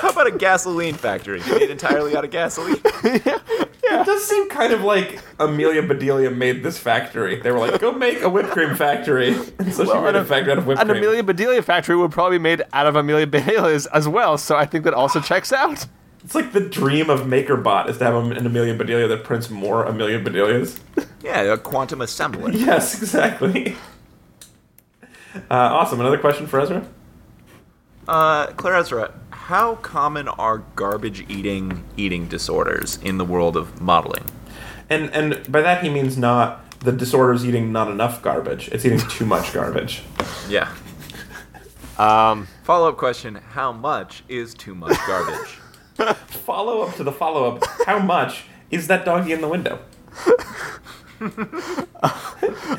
Speaker 2: How about a gasoline factory made entirely out
Speaker 6: [laughs]
Speaker 2: of gasoline?
Speaker 3: It does seem kind of like Amelia Bedelia made this factory. They were like, "Go make a whipped cream factory," and so she made a factory out of whipped
Speaker 4: An
Speaker 3: cream.
Speaker 4: Amelia Bedelia factory would probably be made out of Amelia Bedelia's as well, so I think that also checks [laughs] out.
Speaker 3: it's like the dream of MakerBot is to have an Amelia Bedelia that prints more Amelia Bedelias.
Speaker 2: Yeah, a quantum assembly.
Speaker 3: yes, exactly. Uh, awesome. Another question for Ezra.
Speaker 2: Uh, Claire Ezra, how common are garbage eating eating disorders in the world of modeling?
Speaker 3: And and by that he means not the disorder's eating not enough garbage. It's eating too much garbage.
Speaker 2: [laughs] Yeah.
Speaker 4: Um,
Speaker 2: Follow up question How much is too much
Speaker 3: [laughs]
Speaker 2: garbage?
Speaker 3: Follow up to the follow up. How much is that doggy in the window?
Speaker 4: I'm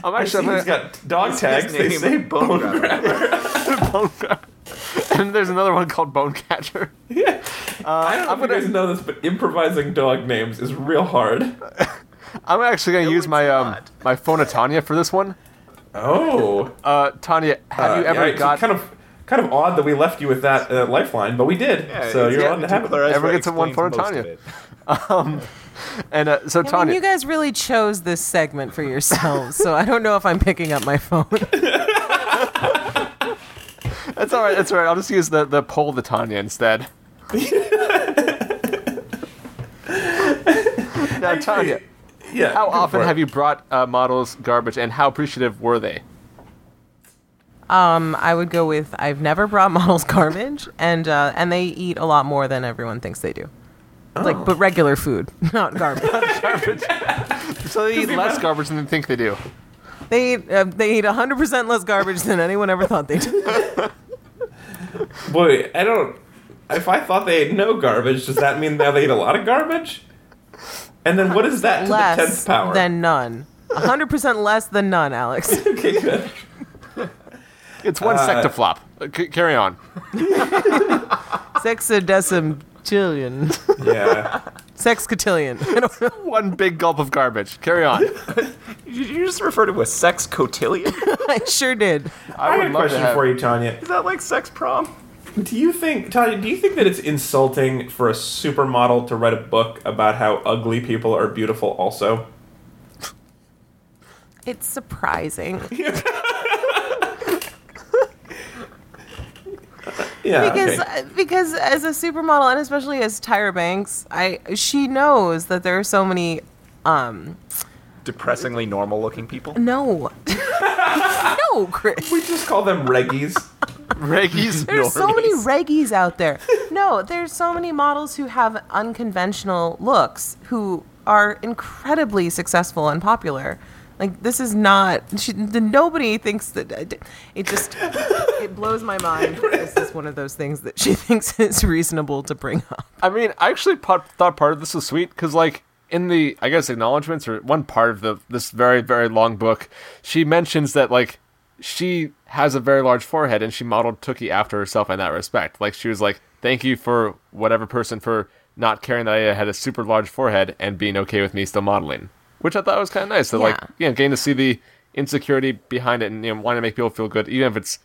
Speaker 3: I see
Speaker 4: actually
Speaker 3: he's got dog tags. They
Speaker 2: name
Speaker 3: say
Speaker 2: Bone
Speaker 3: bone
Speaker 2: Grabber.
Speaker 3: grabber.
Speaker 4: Bone Grabber. and [laughs] there's another one called Bone Catcher. [laughs]
Speaker 3: Yeah. I don't know
Speaker 4: Uh, I'm
Speaker 3: if you
Speaker 4: gonna-
Speaker 3: guys know this, but improvising dog names is real hard.
Speaker 4: I'm actually gonna use
Speaker 2: it's
Speaker 4: my um
Speaker 2: not.
Speaker 4: my phone of Tanya for this one.
Speaker 3: Oh.
Speaker 4: Uh, Tanya, [laughs] have you ever got
Speaker 3: kind of kind of odd that we left you with that uh, lifeline, but we did. so you're allowed to have it.
Speaker 4: Ezra gets a one explains for most Tanya. of it. um, and uh, so
Speaker 1: I
Speaker 4: Tanya?
Speaker 1: mean, you guys really chose this segment for yourselves, [laughs] so I don't know if I'm picking up my phone.
Speaker 4: that's all right. That's all right. I'll just use the the poll the Tanya [laughs] instead. now, Tanya,
Speaker 3: Yeah.
Speaker 4: how often have you brought uh, models garbage, and how appreciative were they?
Speaker 1: [laughs] Um, I would go with I've never brought models garbage, and uh, and they eat a lot more than everyone thinks they do. Like, but regular food, [laughs] not garbage.
Speaker 4: Garbage. so they eat less garbage than they think they do.
Speaker 1: they eat, uh, they eat 100% less garbage than anyone ever thought they did.
Speaker 3: Boy, I don't. If I thought they ate no garbage, does that mean now they eat a lot of garbage? And then what is that to the
Speaker 1: Less
Speaker 3: tenth power?
Speaker 1: than none. 100% less than none, Alex.
Speaker 3: okay, good.
Speaker 4: It's one sectaflop. Uh, c- carry on.
Speaker 1: Sexadecimtillion.
Speaker 3: Yeah.
Speaker 1: Sexcotillion. [laughs] I don't know.
Speaker 4: [laughs] One big gulp of garbage. Carry on.
Speaker 2: Did you just refer to a sex cotillion? [laughs] Is
Speaker 1: I sure did.
Speaker 4: [laughs] I,
Speaker 3: I
Speaker 4: would
Speaker 3: have a
Speaker 4: love
Speaker 3: question
Speaker 4: to have,
Speaker 3: for you, Tanya.
Speaker 2: that like sex prom?
Speaker 3: Do you think, Tanya, do you think that it's insulting for a supermodel to write a book about how ugly people are beautiful also?
Speaker 1: It's surprising.
Speaker 3: Yeah.
Speaker 1: because uh,
Speaker 3: okay.
Speaker 1: because as a supermodel and especially as Tyra Banks, I she knows that there are so many. Um,
Speaker 2: Depressingly normal looking people.
Speaker 1: no, [laughs] no, Chris.
Speaker 3: We just call them reggies.
Speaker 1: [laughs]
Speaker 2: Reggie's
Speaker 1: There's so many reggies out there. No, there's so many models who have unconventional looks who are incredibly successful and popular. Like this is not she, the, nobody thinks that uh, it just it blows my mind. that This is one of those things that she [laughs] thinks is reasonable to bring up.
Speaker 4: I mean, I actually po- thought part of this was sweet because, like, in the I guess acknowledgments or one part of the this very very long book, she mentions that like she has a very large forehead and she modeled Tookie after herself in that respect. Like, she was like, "Thank you for whatever person for not caring that I had a super large forehead and being okay with me still modeling," which I thought was kind of nice. That like,
Speaker 1: Yeah.
Speaker 4: you know, getting to see the insecurity behind it and you know, wanting to make people feel good, even if it's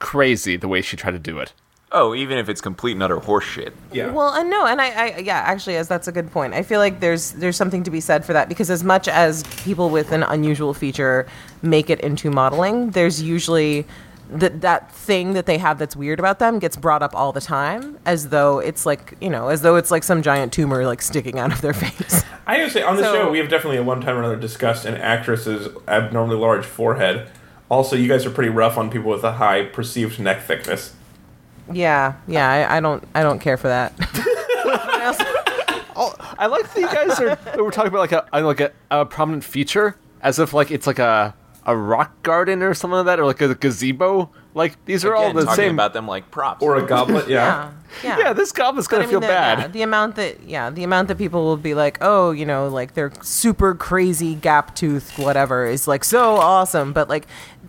Speaker 4: crazy the way she tried to do it.
Speaker 2: Oh, even if it's complete and utter horseshit.
Speaker 3: Yeah.
Speaker 1: Well, and no, and I, I yeah, actually, as that's a good point. I feel like there's there's something to be said for that because as much as people with an unusual feature make it into modeling, there's usually that that thing that they have that's weird about them gets brought up all the time as though it's like you know as though it's like some giant tumor like sticking out of their [laughs] face.
Speaker 3: I have to say, on the
Speaker 1: So-
Speaker 3: show, we have definitely at one time or another discussed an actress's abnormally large forehead. Also, you guys are pretty rough on people with a high perceived neck thickness.
Speaker 1: yeah, yeah, I, I don't I don't care for that. I also-
Speaker 4: I like that you guys are that we're talking about like a I like a, a prominent feature as if like it's like a a rock garden or something like that or like a gazebo. Like these are all
Speaker 2: Again,
Speaker 4: the
Speaker 2: talking
Speaker 4: same.
Speaker 2: about them like props.
Speaker 3: Or a goblet, Uh-huh. yeah.
Speaker 1: yeah, [laughs] yeah.
Speaker 4: yeah, this gob is gonna
Speaker 1: I mean,
Speaker 4: feel
Speaker 1: the,
Speaker 4: bad.
Speaker 1: Yeah, the amount that yeah, the amount that people will be like, oh, you know, like their super crazy gap tooth whatever is like so awesome, but like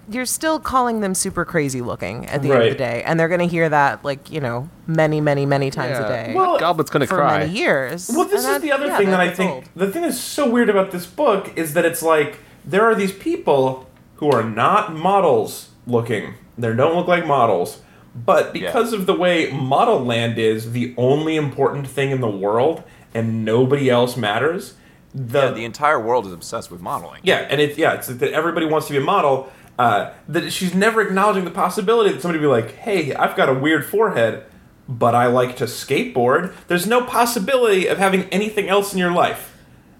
Speaker 1: you're still calling them super crazy looking at the end of the
Speaker 3: Right.
Speaker 1: day, and they're gonna hear that like you know many many many times a
Speaker 4: Yeah.
Speaker 1: day
Speaker 3: Well,
Speaker 4: Goblet's gonna
Speaker 1: for
Speaker 4: cry.
Speaker 1: many years.
Speaker 3: Well, this
Speaker 1: And
Speaker 3: is the other
Speaker 1: yeah,
Speaker 3: thing that I
Speaker 1: gets
Speaker 3: think.
Speaker 1: old.
Speaker 3: The thing that's so weird about this book is that it's like there are these people who are not models looking. They don't look like models, but because of the way model land is the only important thing in the world, and nobody else matters.
Speaker 2: Yeah, [laughs] the entire world is obsessed with modeling.
Speaker 3: Yeah, and it's yeah, it's like that everybody wants to be a model. Uh, that she's never acknowledging the possibility that somebody would be like, "Hey, I've got a weird forehead, but I like to skateboard." There's no possibility of having anything else in your life.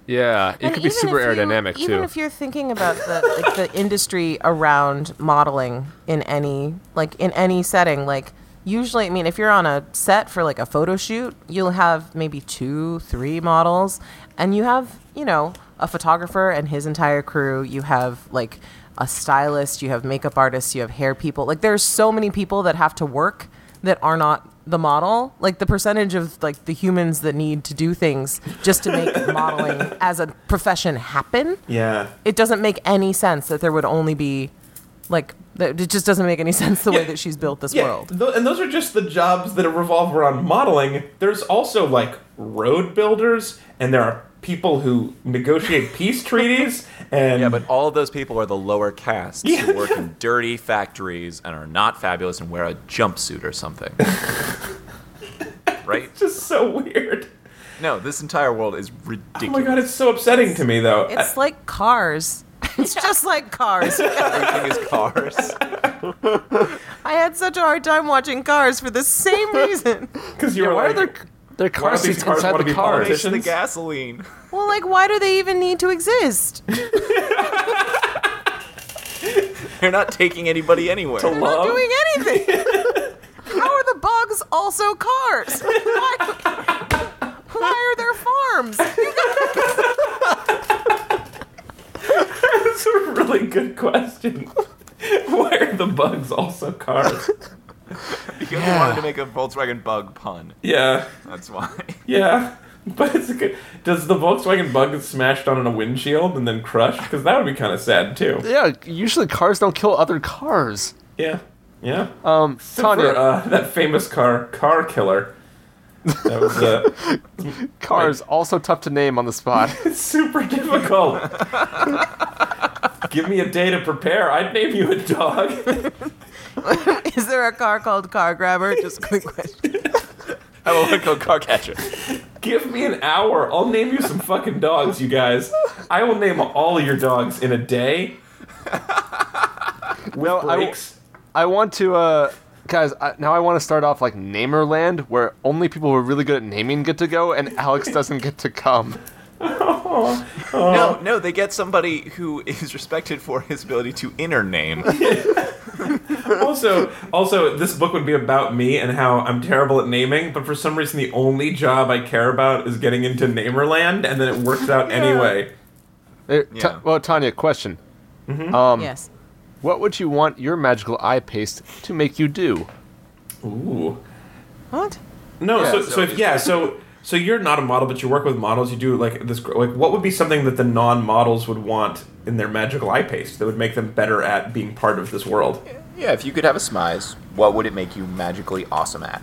Speaker 4: yeah, it
Speaker 1: And
Speaker 4: could be
Speaker 1: even
Speaker 4: super
Speaker 1: if you-
Speaker 4: aerodynamic
Speaker 1: Even
Speaker 4: too.
Speaker 1: if you're thinking about the like, the industry around modeling in any like in any setting, like usually, I mean, if you're on a set for like a photo shoot, you'll have maybe two, three models, and you have you know a photographer and his entire crew. You have like a stylist, you have makeup artists, you have hair people. Like there's so many people that have to work that are not the model like the percentage of like the humans that need to do things just to make modeling as a profession happen
Speaker 3: Yeah,
Speaker 1: it doesn't make any sense that there would only be like that it just doesn't make any [laughs] sense the way
Speaker 3: Yeah.
Speaker 1: that she's built this
Speaker 3: yeah,
Speaker 1: world
Speaker 3: tho- and those are just the jobs that revolve around modeling. There's also like road builders, and there are people who negotiate [laughs] peace treaties. And [laughs]
Speaker 2: Yeah, but all of those people are the lower caste
Speaker 3: Yeah.
Speaker 2: who work in dirty factories and are not fabulous and wear a jumpsuit or something. right?
Speaker 3: just so weird.
Speaker 2: No, this entire world is ridiculous.
Speaker 3: Oh my god, it's so upsetting to me though. uh,
Speaker 1: it's like cars [laughs] it's just like
Speaker 3: [laughs]
Speaker 1: cars
Speaker 2: Everything is cars.
Speaker 1: i had such a hard time watching cars for the same reason
Speaker 3: because you're
Speaker 4: why are
Speaker 3: like,
Speaker 4: there their
Speaker 3: why
Speaker 4: car
Speaker 3: don't these
Speaker 4: seats
Speaker 3: cars
Speaker 4: inside
Speaker 3: wanna
Speaker 4: the
Speaker 3: be
Speaker 4: car?
Speaker 3: politicians?
Speaker 2: the gasoline.
Speaker 1: well like why do they even need to exist
Speaker 2: They're not taking anybody anywhere.
Speaker 3: To
Speaker 1: They're not
Speaker 3: Love?
Speaker 1: doing
Speaker 3: [laughs]
Speaker 1: anything. How are the bugs also cars? Why, why are there farms?
Speaker 3: That's a really good question. Why are the bugs also cars?
Speaker 2: Because I wanted to make a Volkswagen bug pun.
Speaker 3: Yeah,
Speaker 2: That's why.
Speaker 3: yeah. But it's a good. Does the Volkswagen bug get smashed on a windshield and then crushed? Because that would be kind of sad too.
Speaker 4: Yeah, usually cars don't kill other cars.
Speaker 3: Yeah, yeah.
Speaker 4: Um,
Speaker 3: Except
Speaker 4: Tanya,
Speaker 3: for, uh, that famous car, Car Killer. That was uh,
Speaker 4: cars also tough to name on the spot.
Speaker 3: super difficult. Give me a day to prepare. I'd name you a dog.
Speaker 1: Is there a car called Car Grabber? Just a quick question.
Speaker 2: Have a look at car catcher.
Speaker 3: Give me an hour. I'll name you some fucking dogs, you guys. I will name all of your dogs in a day.
Speaker 4: well, I,
Speaker 3: Breaks.
Speaker 4: I want to uh, guys, I, now I want to start off like Namerland, where only people who are really good at naming get to go, and [laughs] Alex doesn't get to come.
Speaker 2: No, no, they get somebody who is respected for his ability to inner name.
Speaker 3: also, also, this book would be about me and how I'm terrible at naming, but for some reason, the only job I care about is getting into Namerland, and then it works out anyway.
Speaker 4: Eh, Ta-
Speaker 2: Yeah.
Speaker 4: well, Tanya, question:
Speaker 3: Um,
Speaker 1: yes.
Speaker 4: What would you want your magical eye paste to make you do?
Speaker 3: Ooh.
Speaker 1: What?
Speaker 3: No,
Speaker 4: Yeah,
Speaker 3: so,
Speaker 4: so
Speaker 3: so, if, yeah, so so you're not a model, but you work with models. You do like this. gr- Like, what would be something that the non-models would want in their magical eye paste that would make them better at being part of this world?
Speaker 6: Yeah, if you could have a smize, what would it make you magically awesome at?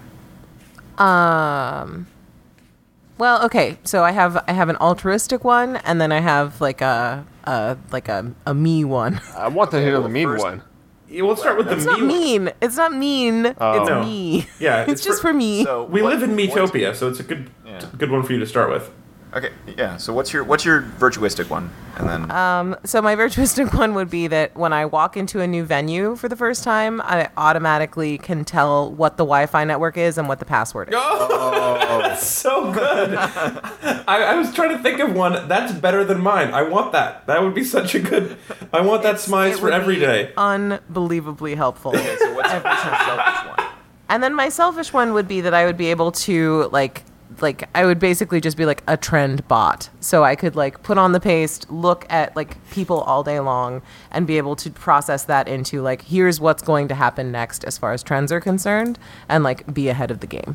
Speaker 1: Well, okay. So I have I have an altruistic one, and then I have like a, a like a, a me one.
Speaker 4: I want the hit of the mean
Speaker 6: first-
Speaker 4: one.
Speaker 3: Yeah, we'll start with the
Speaker 1: It's not
Speaker 3: me- Oh.
Speaker 1: mean. It's not mean. It's
Speaker 3: No.
Speaker 1: me. [laughs]
Speaker 3: Yeah,
Speaker 1: it's,
Speaker 3: it's
Speaker 1: just
Speaker 3: for-
Speaker 1: for, me.
Speaker 6: So
Speaker 3: We
Speaker 6: what-
Speaker 3: live in
Speaker 6: what's-
Speaker 3: Metopia, so it's a good
Speaker 6: Yeah.
Speaker 3: t- good one for you to start with.
Speaker 6: Okay, yeah. So what's your what's your virtuistic one? And then
Speaker 1: So my virtuistic one would be that when I walk into a new venue for the first time, I automatically can tell what the Wi-Fi network is and what the password is.
Speaker 3: That's so good. I, I was trying to think of one that's better than mine. I want that. That would be such a good. I want that smize
Speaker 1: It
Speaker 3: for
Speaker 1: would
Speaker 3: every
Speaker 1: be
Speaker 3: day.
Speaker 1: Unbelievably helpful.
Speaker 6: so what's your selfish one?
Speaker 1: And then my selfish one would be that I would be able to like like I would basically just be like a trend bot. So I could like put on the paste, look at like people all day long and be able to process that into like here's what's going to happen next as far as trends are concerned and like be ahead of the game.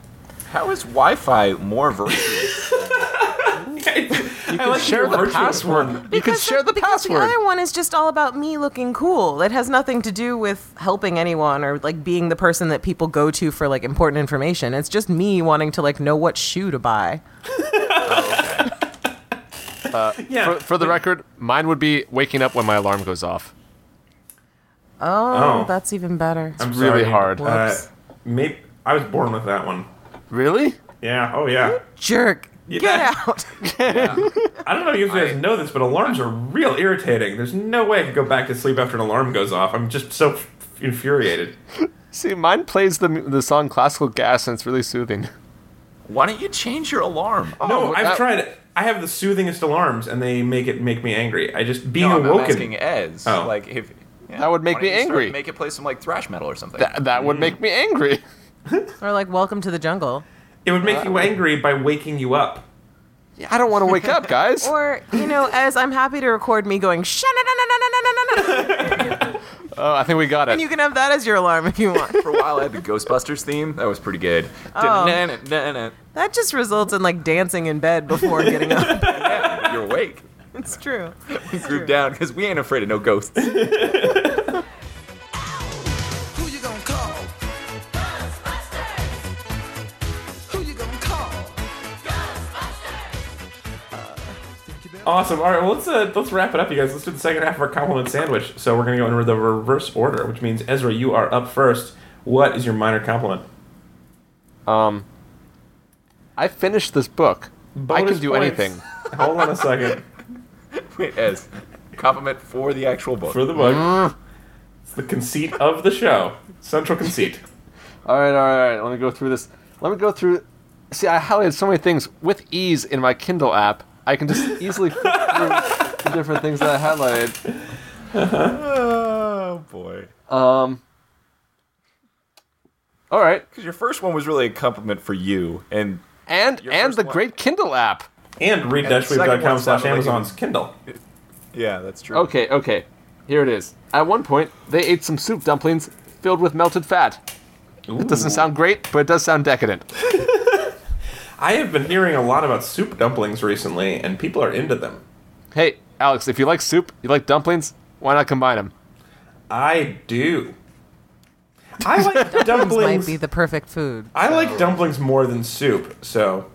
Speaker 6: How is Wi-Fi more virtuous?
Speaker 3: [laughs] you can
Speaker 4: share the password. you can share the
Speaker 1: because
Speaker 4: password.
Speaker 1: The other one is just all about me looking cool. It has nothing to do with helping anyone or like being the person that people go to for like important information. It's just me wanting to like know what shoe to buy.
Speaker 3: Yeah.
Speaker 4: for, for the record, mine would be waking up when my alarm goes off.
Speaker 1: Oh,
Speaker 3: Oh.
Speaker 1: that's even better.
Speaker 3: I'm
Speaker 4: really hard.
Speaker 3: Uh,
Speaker 1: Whoops.
Speaker 3: maybe I was born with that one.
Speaker 4: Really?
Speaker 3: Yeah. Oh yeah.
Speaker 1: Jerk.
Speaker 3: Yeah.
Speaker 1: Get out.
Speaker 3: I don't know if you guys know this, but alarms are real irritating. There's no way I could go back to sleep after an alarm goes off. I'm just so f- infuriated.
Speaker 4: See, mine plays the the song "Classical Gas" and it's really soothing.
Speaker 6: Why don't you change your alarm? Oh,
Speaker 3: no,
Speaker 4: well,
Speaker 3: I've
Speaker 4: that-
Speaker 3: tried. I have the soothingest alarms, and they make it make me angry. I just being
Speaker 6: No, I'm
Speaker 3: awoken.
Speaker 6: asking Ez.
Speaker 3: Oh.
Speaker 6: Like if yeah,
Speaker 4: That would make
Speaker 6: why don't
Speaker 4: me
Speaker 6: you start-
Speaker 4: angry.
Speaker 6: Make it play some like thrash metal or something.
Speaker 4: That, that would make me angry.
Speaker 1: or like welcome to the jungle.
Speaker 3: It would make you angry by waking you up.
Speaker 4: I don't want to wake up, [laughs] guys.
Speaker 1: Or, you know, as I'm happy to record me going shana na na na na na na
Speaker 4: Oh, I think we got
Speaker 1: and you
Speaker 4: it.
Speaker 1: can have that as your alarm if you want.
Speaker 6: [laughs] For a while, I had the Ghostbusters theme. That was pretty good.
Speaker 1: Oh.
Speaker 6: Dun-dun-dun-dun-dun.
Speaker 1: That just results in like dancing in bed before getting up.
Speaker 6: You're awake.
Speaker 1: It's true.
Speaker 6: Group down because we ain't afraid of no ghosts. [laughs]
Speaker 7: Who you gonna call? Ghostbusters. Who you gonna call?
Speaker 3: Awesome. All right. Well, let's uh, let's wrap it up, you guys. Let's do the second half of our compliment sandwich. So we're gonna go in the reverse order, which means Ezra, you are up first. What is your minor compliment?
Speaker 4: I finished this book. I
Speaker 3: Bonus
Speaker 4: can do
Speaker 3: points.
Speaker 4: anything.
Speaker 3: Hold on a second
Speaker 6: Wait, Ez. Compliment for the actual book.
Speaker 3: for the book. It's the conceit of the show. Central conceit.
Speaker 4: All right, all right, all right. Let me go through this. Let me go through. See, I highlighted so many things with ease in my Kindle app. I can just easily flip through the different things that I highlighted.
Speaker 6: oh boy.
Speaker 4: All right,
Speaker 6: Because your first one was really a compliment for you, and
Speaker 4: and
Speaker 6: Your
Speaker 4: and
Speaker 6: first
Speaker 4: the
Speaker 6: one.
Speaker 4: great Kindle app.
Speaker 3: And read
Speaker 6: second
Speaker 3: dashweave.com
Speaker 6: one's not
Speaker 3: slash
Speaker 6: really-
Speaker 3: Amazon's Kindle.
Speaker 6: yeah, that's true.
Speaker 4: Okay, okay. Here it is. At one point, they ate some soup dumplings filled with melted fat. It doesn't sound great, but it does sound decadent.
Speaker 3: I have been hearing a lot about soup dumplings recently, and people are into them.
Speaker 4: Hey, Alex, if you like soup, you like dumplings, why not combine them?
Speaker 3: I do. I
Speaker 1: [laughs]
Speaker 3: like
Speaker 1: Might
Speaker 3: dumplings.
Speaker 1: be the perfect food.
Speaker 3: I like dumplings more than soup. So,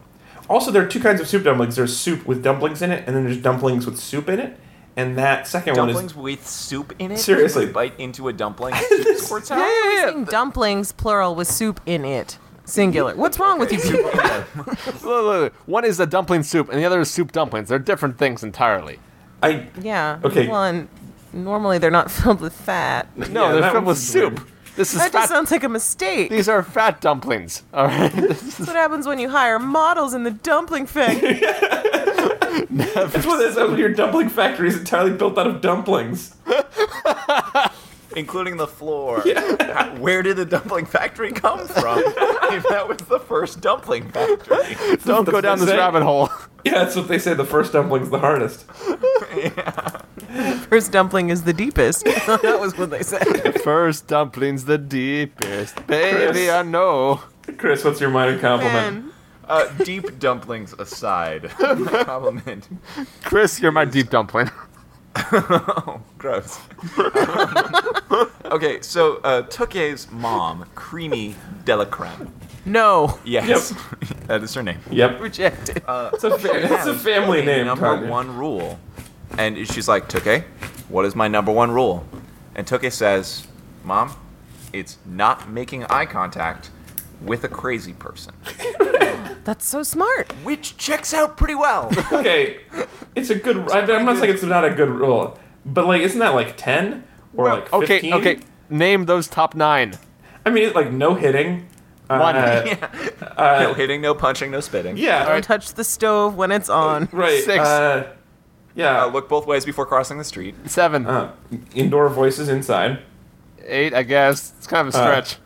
Speaker 3: also there are two kinds of soup dumplings. There's soup with dumplings in it, and then there's dumplings with soup in it. And that second one
Speaker 6: Dumplings
Speaker 3: is
Speaker 6: with soup in it.
Speaker 3: Seriously.
Speaker 6: You bite into a
Speaker 3: [laughs]
Speaker 6: dumpling. squirts out?
Speaker 1: We're saying dumplings plural with soup in it. Singular. What's wrong with you
Speaker 4: [laughs]
Speaker 1: people?
Speaker 4: Look, look, look. One is a dumpling soup, and the other is soup dumplings. They're different things entirely.
Speaker 3: I.
Speaker 1: Yeah.
Speaker 3: Okay.
Speaker 1: Well, and normally they're not [laughs] filled with fat.
Speaker 4: No,
Speaker 3: Yeah,
Speaker 4: they're [laughs]
Speaker 3: that
Speaker 4: filled with
Speaker 3: one's weird.
Speaker 4: soup. This is
Speaker 1: That
Speaker 4: fat.
Speaker 1: just sounds like a mistake.
Speaker 4: these are fat dumplings.
Speaker 3: [laughs]
Speaker 4: All right.
Speaker 1: That's what happens when you hire models in the dumpling
Speaker 4: [laughs]
Speaker 1: factory.
Speaker 3: That's what that's what your dumpling factory is entirely built out of dumplings.
Speaker 2: including the
Speaker 3: [laughs]
Speaker 2: floor. Where did the dumpling factory come from? if that was the first dumpling factory.
Speaker 4: Don't go down this
Speaker 3: thing.
Speaker 4: rabbit hole. [laughs]
Speaker 3: Yeah, that's what they say. The first dumpling's the hardest.
Speaker 1: First dumpling is the
Speaker 4: [laughs]
Speaker 1: deepest. [laughs] that was what they said.
Speaker 4: First dumplings, the deepest. Baby,
Speaker 3: Chris.
Speaker 4: I know.
Speaker 3: Chris, what's your minor compliment?
Speaker 1: Man,
Speaker 2: Uh, deep dumplings
Speaker 3: [laughs]
Speaker 2: aside, my compliment. [laughs]
Speaker 4: Chris, you're my
Speaker 3: [laughs]
Speaker 4: deep dumpling.
Speaker 2: Oh, Gross. Um, okay, so uh, Tuke's mom, Creamy Delacreme.
Speaker 4: [laughs]
Speaker 1: no,
Speaker 2: Yes, [laughs] that is her name.
Speaker 3: Yep,
Speaker 1: rejected.
Speaker 4: Uh,
Speaker 3: it's a, fa- it's a family name.
Speaker 2: number
Speaker 3: Tanya.
Speaker 2: one rule. And she's like, Tuke, what is my number one rule? And Tuke says, Mom, it's not making eye contact with a crazy person.
Speaker 1: That's so smart.
Speaker 2: Which checks out pretty
Speaker 3: [laughs]
Speaker 2: well.
Speaker 3: Okay, it's a good. I, I'm not saying it's not a good rule, but like, isn't that like ten or like
Speaker 4: Okay,
Speaker 3: 15?
Speaker 4: okay. Name those top nine.
Speaker 3: I mean, it's like no hitting. Uh,
Speaker 4: One.
Speaker 2: no hitting, no punching, no spitting.
Speaker 3: Yeah,
Speaker 1: Don't touch the stove when it's on.
Speaker 3: right.
Speaker 4: Six.
Speaker 3: Uh, yeah.
Speaker 2: Uh, look both ways before crossing the street.
Speaker 4: Seven.
Speaker 3: uh, indoor voices inside.
Speaker 4: Eight, I guess. It's kind of a
Speaker 3: Uh.
Speaker 4: stretch.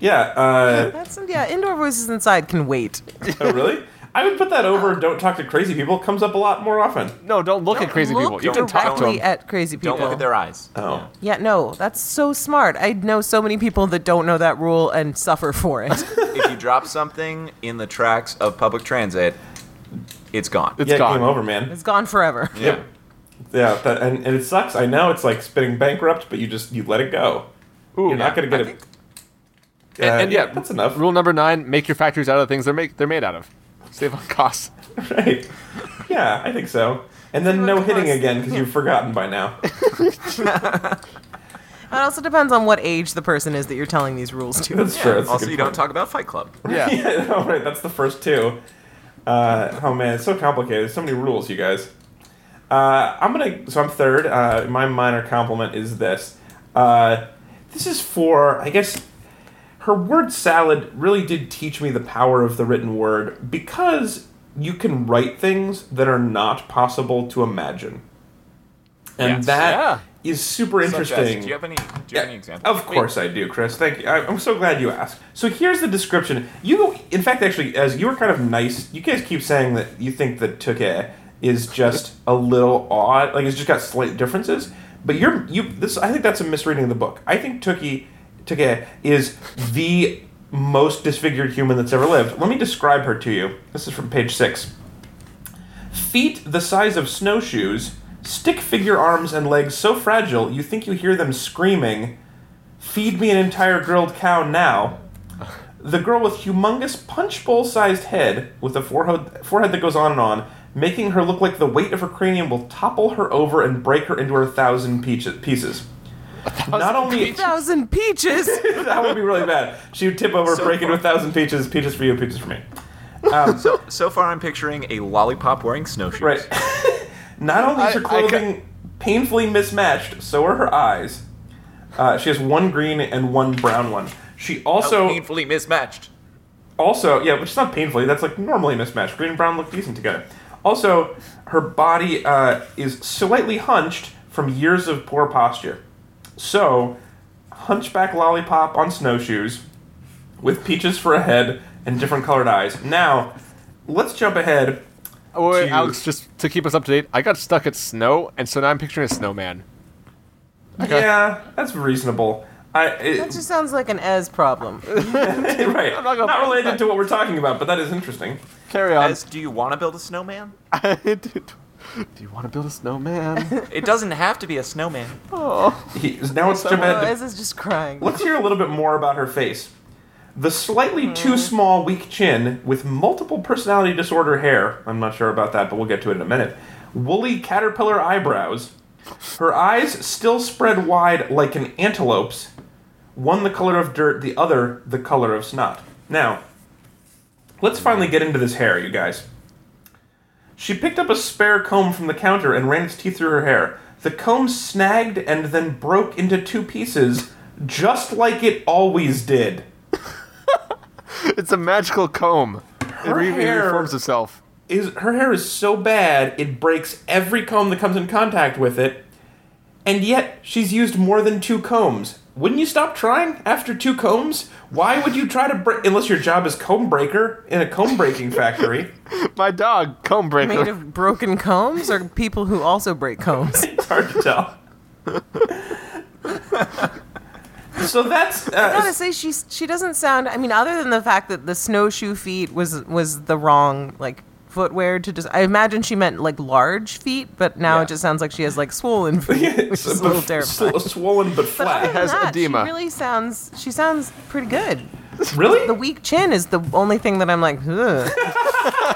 Speaker 3: Yeah.
Speaker 4: [laughs]
Speaker 3: Uh,
Speaker 1: That's some, yeah. Indoor voices inside can wait.
Speaker 3: oh, really? I would put that over. Don't talk to crazy people. Comes up a lot more often.
Speaker 4: no, don't look at crazy
Speaker 1: Look
Speaker 4: people. You can
Speaker 1: directly
Speaker 4: talk to them.
Speaker 1: at crazy people.
Speaker 2: Don't look at their eyes.
Speaker 3: Oh,
Speaker 1: yeah, no, that's so smart. I know so many people that don't know that rule and suffer for
Speaker 2: [laughs]
Speaker 1: it.
Speaker 2: if you drop something in the tracks of public transit, it's gone.
Speaker 4: It's
Speaker 3: yeah, it
Speaker 4: gone.
Speaker 3: came over, man.
Speaker 1: It's gone forever.
Speaker 2: yeah.
Speaker 3: Yeah, that, and, and it sucks. I know it's like spitting bankrupt, but you just you let it go. You're not gonna get it. Uh,
Speaker 4: and yeah,
Speaker 3: that's enough.
Speaker 4: Rule number nine: Make your factories out of things they're make they're made out of. Save on
Speaker 3: [laughs]
Speaker 4: costs.
Speaker 3: [laughs] Right. Yeah, I think so. And then no hitting again because you've forgotten by
Speaker 4: [laughs]
Speaker 3: now.
Speaker 1: It also depends on what age the person is that you're telling these rules to.
Speaker 3: That's true. That's a
Speaker 2: Also,
Speaker 3: good
Speaker 2: you don't
Speaker 3: point.
Speaker 2: talk about Fight Club.
Speaker 3: [laughs]
Speaker 4: Yeah.
Speaker 3: Yeah, all right. That's the first two. Uh, oh man, it's so complicated. So many rules, you guys. Uh, I'm gonna. So I'm third. Uh, my minor compliment is this. Uh, this is for, I guess, her word salad really did teach me the power of the written word because you can write things that are not possible to imagine, and
Speaker 2: Yes.
Speaker 3: that
Speaker 4: Yeah.
Speaker 3: is super
Speaker 2: Such
Speaker 3: interesting.
Speaker 2: as- do you have any? Do you have any
Speaker 3: Yeah,
Speaker 2: examples?
Speaker 3: Of course I do, Chris. Thank you. I, I'm so glad you asked. So here's the description. You, go- in fact, actually, as you were kind of nice, you guys keep saying that you think that Tuke is just a little odd, like it's just got slight differences. But you're you this. I think that's a misreading of the book. I think Tuke Tuke is the most disfigured human that's ever lived. Let me describe her to you. This is from page six feet the size of snowshoes, stick figure arms and legs so fragile you think you hear them screaming, Feed me an entire grilled cow now. The girl with humongous punch bowl sized head, with a forehead, forehead that goes on and on, making her look like the weight of her cranium will topple her over and break her into her thousand peaches, pieces. Not
Speaker 1: [laughs]
Speaker 3: only
Speaker 1: Thousand peaches.
Speaker 3: [laughs] that would be really bad. She would tip over, break into a thousand peaches. Peaches for you, peaches for me.
Speaker 2: So, so far, I'm picturing a lollipop wearing snowshoes.
Speaker 3: Right. [laughs] Not only is her
Speaker 4: I- I ca-
Speaker 3: clothing painfully mismatched, so are her eyes. Uh, she has one green and one brown one. She also
Speaker 2: painfully mismatched.
Speaker 3: also yeah, which is not painfully. That's like normally mismatched. Green and brown look decent together. Also, her body uh, is slightly hunched from years of poor posture. So, hunchback lollipop on snowshoes, with peaches for a head and different colored eyes. Now, let's jump ahead.
Speaker 4: Oh, wait,
Speaker 3: To-
Speaker 4: Alex, just to keep us up to date, I got stuck at snow, and so now I'm picturing a snowman. Okay.
Speaker 3: Yeah, that's reasonable. I it,
Speaker 1: That just sounds like an Ez
Speaker 2: [laughs]
Speaker 1: problem.
Speaker 3: [laughs] right.
Speaker 4: not
Speaker 3: not,
Speaker 4: gonna-
Speaker 3: related to what we're talking about, but that is interesting.
Speaker 4: Carry on.
Speaker 2: As,
Speaker 4: [laughs]
Speaker 2: do you want to build a snowman?
Speaker 4: Dude, Do you want to build
Speaker 2: [laughs]
Speaker 4: a snowman? [laughs]
Speaker 2: It doesn't have to be a snowman.
Speaker 3: He, now it's jump
Speaker 1: Oh,
Speaker 3: ahead to-
Speaker 1: Ez is just crying.
Speaker 3: Let's hear a little bit more about her face. The slightly too small, weak chin with multiple personality disorder hair. I'm not sure about that, but we'll get to it in a minute. Woolly caterpillar eyebrows. Her eyes still spread wide like an antelope's, one the color of dirt, the other the color of snot. Now, let's finally get into this hair, you guys. She picked up a spare comb from the counter and ran its teeth through her hair. The comb snagged and then broke into two pieces, just like it always did.
Speaker 4: It's a magical comb. It, re- it
Speaker 3: hair-
Speaker 4: reforms itself. [laughs]
Speaker 3: Is her hair is so bad it breaks every comb that comes in contact with it, and yet she's used more than two combs. Wouldn't you stop trying after two combs? Why would you try to break unless your job is comb breaker in a comb breaking factory?
Speaker 4: My dog, comb
Speaker 1: Made
Speaker 4: breaker.
Speaker 1: of broken combs or people who also break
Speaker 2: [laughs]
Speaker 1: combs?
Speaker 3: It's hard to tell. so that's
Speaker 1: I gotta
Speaker 3: uh,
Speaker 1: say she she doesn't sound. I mean, other than the fact that the snowshoe feet was was the wrong like footwear to just. I imagine she meant like large feet, but now
Speaker 2: Yeah.
Speaker 1: it just sounds like she has like
Speaker 2: [laughs]
Speaker 1: swollen
Speaker 3: [laughs]
Speaker 1: feet, which is a little terrifying.
Speaker 3: sw- swollen but
Speaker 1: But other
Speaker 3: flat.
Speaker 1: than
Speaker 4: has
Speaker 1: that,
Speaker 4: edema.
Speaker 1: She really sounds. She sounds pretty good.
Speaker 3: Really?
Speaker 1: The weak chin is the only thing that I'm like. Ugh,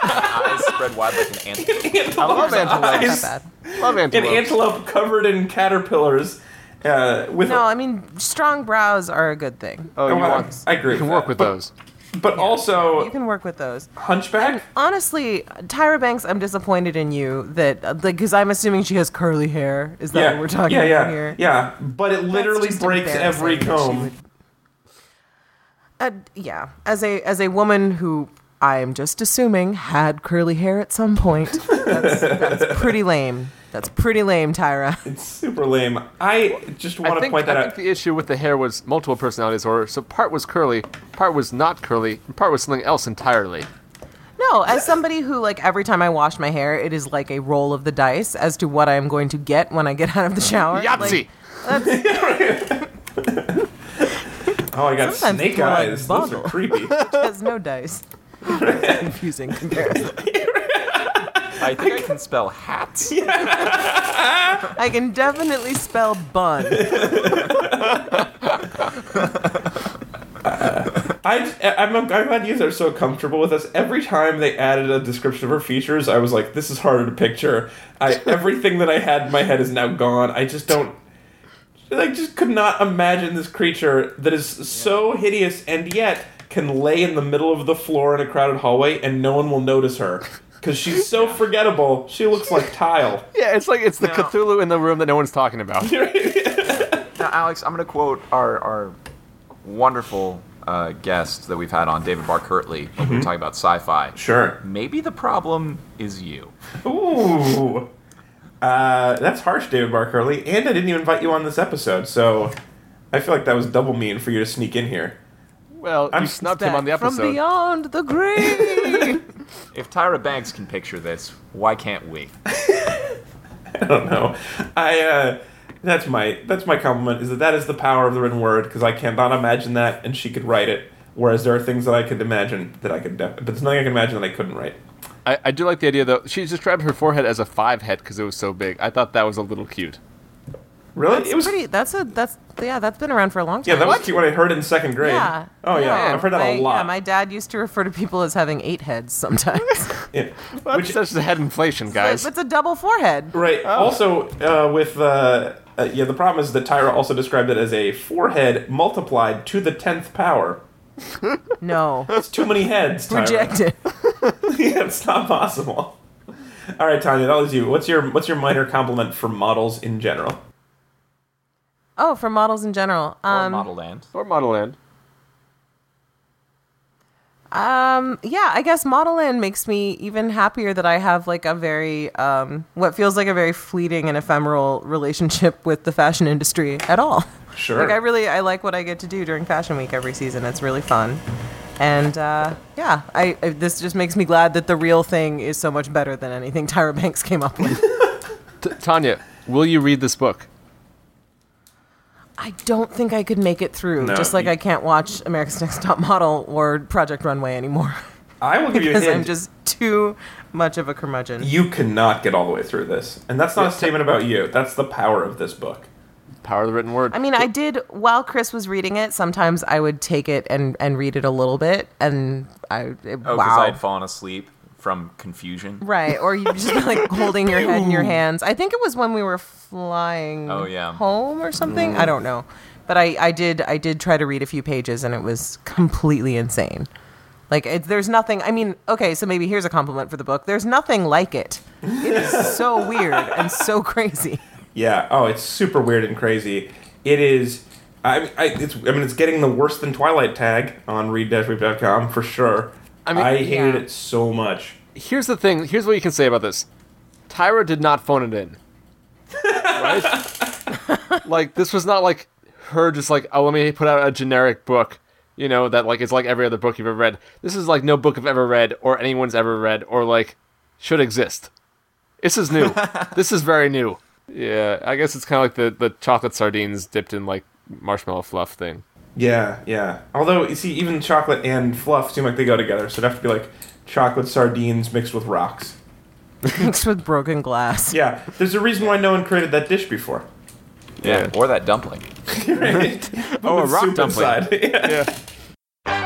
Speaker 2: Eyes spread wide like an ant.
Speaker 3: [laughs] Antelope's
Speaker 4: [laughs] love antelope.
Speaker 1: not
Speaker 3: eyes.
Speaker 1: bad.
Speaker 4: Love
Speaker 3: An
Speaker 4: antelope.
Speaker 3: antelope covered in caterpillars. Uh, with
Speaker 1: No, I mean strong brows are a good thing.
Speaker 4: oh, you,
Speaker 3: Well,
Speaker 4: want,
Speaker 3: I agree.
Speaker 4: you can
Speaker 3: with
Speaker 4: work
Speaker 3: that.
Speaker 4: with
Speaker 3: but,
Speaker 4: those.
Speaker 3: but also
Speaker 1: You can work with those. [laughs]
Speaker 3: hunchback.
Speaker 1: Honestly, Tyra Banks, I'm disappointed in you that uh, like because I'm assuming she has curly hair. Is that what we're talking
Speaker 3: yeah, yeah,
Speaker 1: about here?
Speaker 3: yeah. But it literally
Speaker 1: just
Speaker 3: breaks every
Speaker 1: embarrassing that she
Speaker 3: comb.
Speaker 1: would- Uh, yeah, as a as a woman who I am just assuming had curly hair at some point, that's, that's pretty lame. That's pretty lame, Tyra. [laughs]
Speaker 3: It's super lame. I just want
Speaker 4: I
Speaker 3: to
Speaker 4: think,
Speaker 3: point that
Speaker 4: I
Speaker 3: out.
Speaker 4: think the issue with the hair was multiple personalities or So part was curly, part was not curly, and part was something else entirely.
Speaker 1: No, as somebody who like every time I wash my hair, it is like a roll of the dice as to what I am going to get when I get out of the shower.
Speaker 4: Yahtzee!
Speaker 1: Like,
Speaker 3: oh, I got
Speaker 1: Sometimes
Speaker 3: snake
Speaker 1: it's more like
Speaker 3: eyes. Those are
Speaker 1: boggle.
Speaker 3: creepy.
Speaker 1: [laughs] there's no dice. It's confusing comparison.
Speaker 2: I think I can spell hats.
Speaker 1: I can definitely spell bun.
Speaker 3: I, I'm, I'm glad you guys are so comfortable with us. Every time they added a description of her features, I was like, this is harder to picture. I, everything that I had in my head is now gone. I just don't. I just could not imagine this creature that is so hideous and yet can lay in the middle of the floor in a crowded hallway and no one will notice her. Because she's so forgettable, she looks like tile.
Speaker 4: Yeah, it's like it's the
Speaker 2: No.
Speaker 4: Cthulhu in the room that no one's talking about.
Speaker 2: Now, Alex, I'm going to quote our, our wonderful uh, guest that we've had on, David Bar Kirtley, when we were talking about sci fi.
Speaker 3: Sure.
Speaker 2: Maybe the problem is you.
Speaker 3: Ooh. Uh, that's harsh, David Barkerly. And I didn't even invite you on this episode, so I feel like that was double mean for you to sneak in here. [laughs]
Speaker 4: Well,
Speaker 3: I'm
Speaker 4: you snubbed him on the
Speaker 1: From
Speaker 4: episode.
Speaker 1: beyond the grave.
Speaker 2: If Tyra Banks can picture this, why can't we?
Speaker 3: I don't know. I uh, that's my that's my compliment is that that is the power of the written word because I cannot imagine that, and she could write it. Whereas there are things that I could imagine that I could, def- but there's nothing I can imagine that I couldn't write.
Speaker 4: I, I do like the idea though. She described her forehead as a five head because it was so big. I thought that was a little cute.
Speaker 3: Really, it was
Speaker 1: Pretty. That's a. That's yeah. That's been around for a long time.
Speaker 3: yeah. That was cute when I heard it in second grade.
Speaker 1: Yeah.
Speaker 3: Oh yeah, I've heard that
Speaker 1: my,
Speaker 3: a lot.
Speaker 1: Yeah, my dad used to refer to people as having eight heads sometimes. [laughs]
Speaker 3: Yeah.
Speaker 4: Which that's the head inflation, guys.
Speaker 1: it's a double forehead.
Speaker 3: Right. Also, uh, with uh, uh, yeah, the problem is that Tyra also described it as a forehead multiplied to the tenth power.
Speaker 1: No.
Speaker 3: [laughs] That's too many heads. Tyra.
Speaker 1: Rejected.
Speaker 3: [laughs] yeah, it's not possible. All right, Tanya, that was you. What's your what's your minor compliment for models in general?
Speaker 1: Oh, for models in general.
Speaker 2: Or
Speaker 1: Um,
Speaker 2: Model Land.
Speaker 4: or Model Land.
Speaker 1: um, yeah, I guess Model N makes me even happier that I have like a very, um, what feels like a very fleeting and ephemeral relationship with the fashion industry at all.
Speaker 3: Sure.
Speaker 1: Like I really, I like what I get to do during Fashion Week every season. It's really fun. And uh, yeah, I, I this just makes me glad that the real thing is so much better than anything [laughs] Tyra Banks came up with.
Speaker 4: T- Tanya, will you read this book?
Speaker 1: [laughs] I don't think I could make it through.
Speaker 3: No,
Speaker 1: just like
Speaker 3: you-
Speaker 1: I can't watch America's Next Top Model or Project Runway anymore [laughs]
Speaker 3: I will give you a
Speaker 1: because
Speaker 3: hint.
Speaker 1: I'm just too much of a curmudgeon.
Speaker 3: you cannot get all the way through this, and that's not a statement about you. That's the power of this book.
Speaker 4: Power of the written word.
Speaker 1: I mean, I did while Chris was reading it. Sometimes I would take it and and read it a little bit, and I it,
Speaker 2: Oh, because
Speaker 1: wow.
Speaker 2: I'd fallen asleep from confusion.
Speaker 1: Right, or you just be like holding your head in your hands. I think it was when we were flying
Speaker 2: Oh, yeah.
Speaker 1: home or something. I don't know. But I, I did I did try to read a few pages and it was completely insane. Like it, there's nothing I mean, okay, so maybe here's a compliment for the book. There's nothing like it. It is so weird and so crazy.
Speaker 3: Yeah. Oh, it's super weird and crazy. It is I, I, it's, I mean, it's getting the worse than Twilight tag on read-weep.com for sure. I,
Speaker 4: mean-
Speaker 3: hated
Speaker 1: Yeah.
Speaker 3: it so much.
Speaker 4: Here's the thing. Here's what you can say about this. Tyra did not phone it in. Right? [laughs] like this was not like her just like, oh, let me put out a generic book, you know, that like it's like every other book you've ever read. This is like no book I've ever read or anyone's ever read or like should exist. This is [laughs] new. this is very new. Yeah, I guess it's kind of like the the chocolate sardines dipped in like marshmallow fluff thing.
Speaker 3: Yeah, yeah. Although you see, even chocolate and fluff seem like they go together, so it'd have to be like chocolate sardines mixed with rocks.
Speaker 1: Mixed with broken glass.
Speaker 3: Yeah, there's a reason why no one created that dish before.
Speaker 2: Yeah. Or that dumpling.
Speaker 3: Right?
Speaker 4: Oh, a rock dumpling.
Speaker 3: yeah.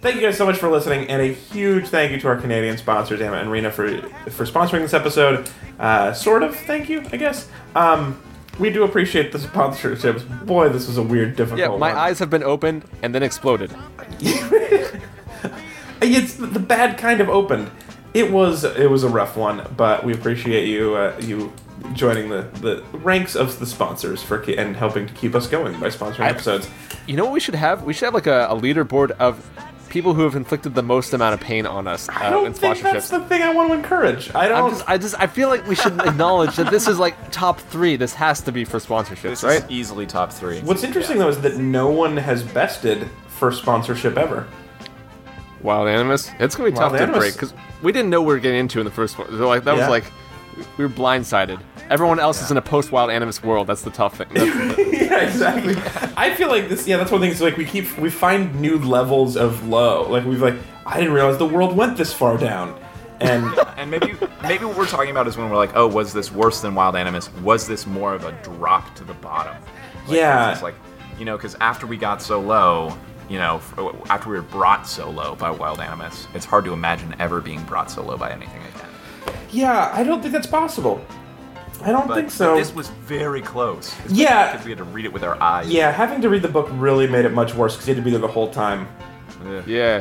Speaker 3: Thank you guys so much for listening, and a huge thank you to our Canadian sponsors, Emma and Rena, for for sponsoring this episode. Uh, sort of, thank you, I guess. Um, we do appreciate the sponsorships. Boy, this was a weird, difficult.
Speaker 4: Yeah, my
Speaker 3: one.
Speaker 4: eyes have been opened and then exploded.
Speaker 3: It's the bad kind of opened. It was it was a rough one, but we appreciate you uh, you joining the, the ranks of the sponsors for ke- and helping to keep us going by sponsoring episodes.
Speaker 4: You know what we should have? We should have like a, a leaderboard of people who have inflicted the most amount of pain on us uh,
Speaker 3: I don't
Speaker 4: in
Speaker 3: think that's
Speaker 4: sponsorships.
Speaker 3: the thing I want to encourage. I
Speaker 4: I'm
Speaker 3: don't.
Speaker 4: just, I just, I feel like we should acknowledge that this is like top three. This has to be for sponsorships,
Speaker 2: This
Speaker 4: right?
Speaker 2: is easily top three.
Speaker 3: What's interesting though is that no one has bested for sponsorship ever. [laughs]
Speaker 4: Wild Animus. It's gonna be
Speaker 3: Wild
Speaker 4: tough to
Speaker 3: Animus.
Speaker 4: break because we didn't know we were getting into in the first one. So like that
Speaker 3: Yeah.
Speaker 4: was like we were blindsided. Everyone else is in a post Wild Animus world. That's the tough thing.
Speaker 3: [laughs]
Speaker 4: That's-
Speaker 3: yeah, exactly. I feel like this. Yeah, that's one thing. Is like we keep we find new levels of low. Like we've like I didn't realize the world went this far down, and
Speaker 2: And maybe maybe what we're talking about is when we're like, oh, was this worse than Wild Animus? Was this more of a drop to the bottom? Like,
Speaker 3: Yeah.
Speaker 2: It's like, you know, because after we got so low, you know, f- uh, after we were brought so low by Wild Animus, it's hard to imagine ever being brought so low by anything again.
Speaker 3: yeah, I don't think that's possible. I don't
Speaker 2: But
Speaker 3: think so.
Speaker 2: This was very close. especially
Speaker 3: Yeah.
Speaker 2: Because we had to read it with our eyes.
Speaker 3: Yeah, having to read the book really made it much worse because you had to be there the whole time.
Speaker 4: yeah.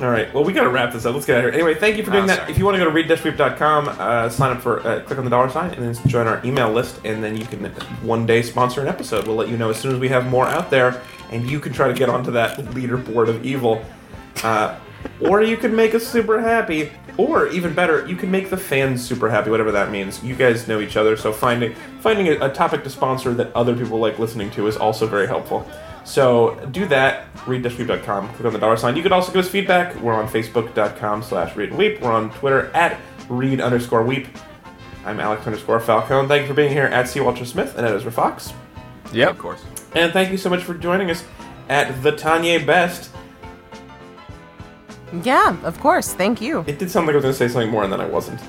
Speaker 3: All right, well, we gotta wrap this up. Let's get out of here. Anyway, thank you for doing
Speaker 2: Ah,
Speaker 3: that.
Speaker 2: sorry.
Speaker 3: If you want to go to read-weep.com, uh, sign up for, uh, click on the dollar sign, and then join our email list, and then you can one day sponsor an episode. We'll let you know as soon as we have more out there, and you can try to get onto that leaderboard of evil. Uh, or you can make us super happy, or even better, you can make the fans super happy, whatever that means. You guys know each other, so finding finding a, a topic to sponsor that other people like listening to is also very helpful. So do that. Read-weep.com. Click on the dollar sign. You could also give us feedback. We're on Facebook.com slash Read and Weep. We're on Twitter at Read underscore Weep. I'm Alex underscore Falcone. Thank you for being here at C. Walter Smith and at Ezra Fox.
Speaker 4: Yep.
Speaker 2: Of course.
Speaker 3: And thank you so much for joining us at the Tanya Best.
Speaker 1: Yeah, of course. Thank you.
Speaker 3: It did sound like I was going to say something more, and then I wasn't.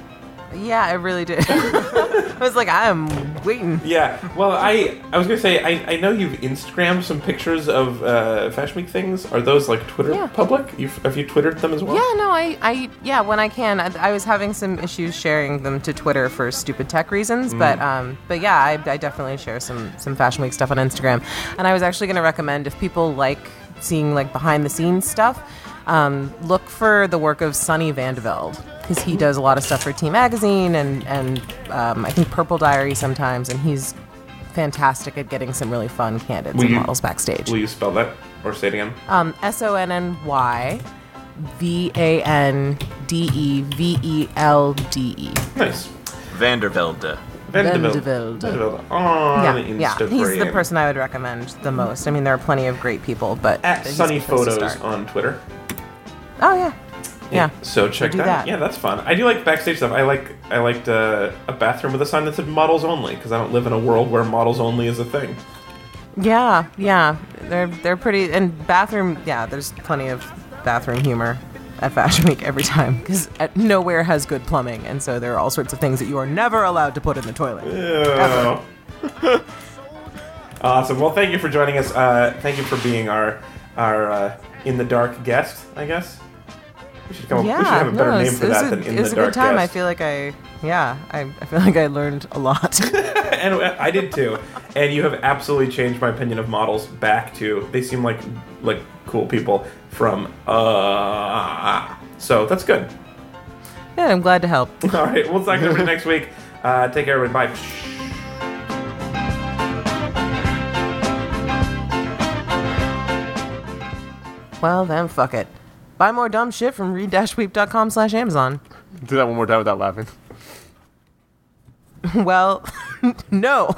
Speaker 1: Yeah, I really did. [laughs] I was like, I'm waiting.
Speaker 3: Yeah. Well, I I was gonna say I, I know you've Instagrammed some pictures of uh, Fashion Week things. Are those like Twitter
Speaker 1: Yeah.
Speaker 3: public? You've, have you Twittered them as well?
Speaker 1: Yeah, no, I, I, yeah, when I can, I, I was having some issues sharing them to Twitter for stupid tech reasons, but,
Speaker 3: Mm.
Speaker 1: um, but yeah, I, I definitely share some some Fashion Week stuff on Instagram, and I was actually going to recommend if people like seeing like behind the scenes stuff, um, look for the work of Sonny Vandeveld because he does a lot of stuff for T Magazine and and um, I think Purple Diary sometimes, and he's fantastic at getting some really fun candidates
Speaker 3: Will
Speaker 1: and
Speaker 3: you-
Speaker 1: models backstage.
Speaker 3: Will you spell that or say it again?
Speaker 1: Um, S O N N Y V A N D E V E L D E.
Speaker 3: nice.
Speaker 2: Vandervelde.
Speaker 1: Vandevelde.
Speaker 3: Vandevelde on
Speaker 1: Yeah,
Speaker 3: Instagram.
Speaker 1: yeah. He's the person I would recommend the most. I mean, there are plenty of great people, but
Speaker 3: at
Speaker 1: he's
Speaker 3: Sunny
Speaker 1: the place to
Speaker 3: Photos
Speaker 1: start.
Speaker 3: on Twitter.
Speaker 1: Oh yeah, yeah.
Speaker 3: So check
Speaker 1: do
Speaker 3: that. out.
Speaker 1: that.
Speaker 3: Yeah, that's fun. I do like backstage stuff. I like I liked uh, a bathroom with a sign that said models only because I don't live in a world where models only is a thing.
Speaker 1: Yeah, yeah. They're they're pretty and bathroom. Yeah, there's plenty of bathroom humor at Fashion Week every time because nowhere has good plumbing, and so there are all sorts of things that you are never allowed to put in the toilet.
Speaker 3: Oh. [laughs] awesome. Well, thank you for joining us. Uh, thank you for being our our uh, in the dark guest, I guess. We should, [laughs] come up,
Speaker 1: yeah,
Speaker 3: we should have a better
Speaker 1: no,
Speaker 3: name
Speaker 1: it was,
Speaker 3: for
Speaker 1: it was
Speaker 3: that
Speaker 1: a,
Speaker 3: than in
Speaker 1: it was a
Speaker 3: the dark
Speaker 1: good time.
Speaker 3: Guest.
Speaker 1: I feel like I, yeah, I, I feel [laughs] like I learned a
Speaker 3: [laughs]
Speaker 1: lot.
Speaker 3: and uh, I did too. And you have absolutely changed my opinion of models back to they seem like like cool people from uh. So that's good. [laughs]
Speaker 1: yeah, I'm glad to help.
Speaker 3: All right, we'll talk
Speaker 1: [laughs]
Speaker 3: to everybody next week. Uh, take care, everyone. Bye.
Speaker 1: Well, then, fuck it. Buy more dumb shit from read-weep.com slash Amazon. [laughs]
Speaker 4: Do that one more time without laughing.
Speaker 1: [laughs] Well, no.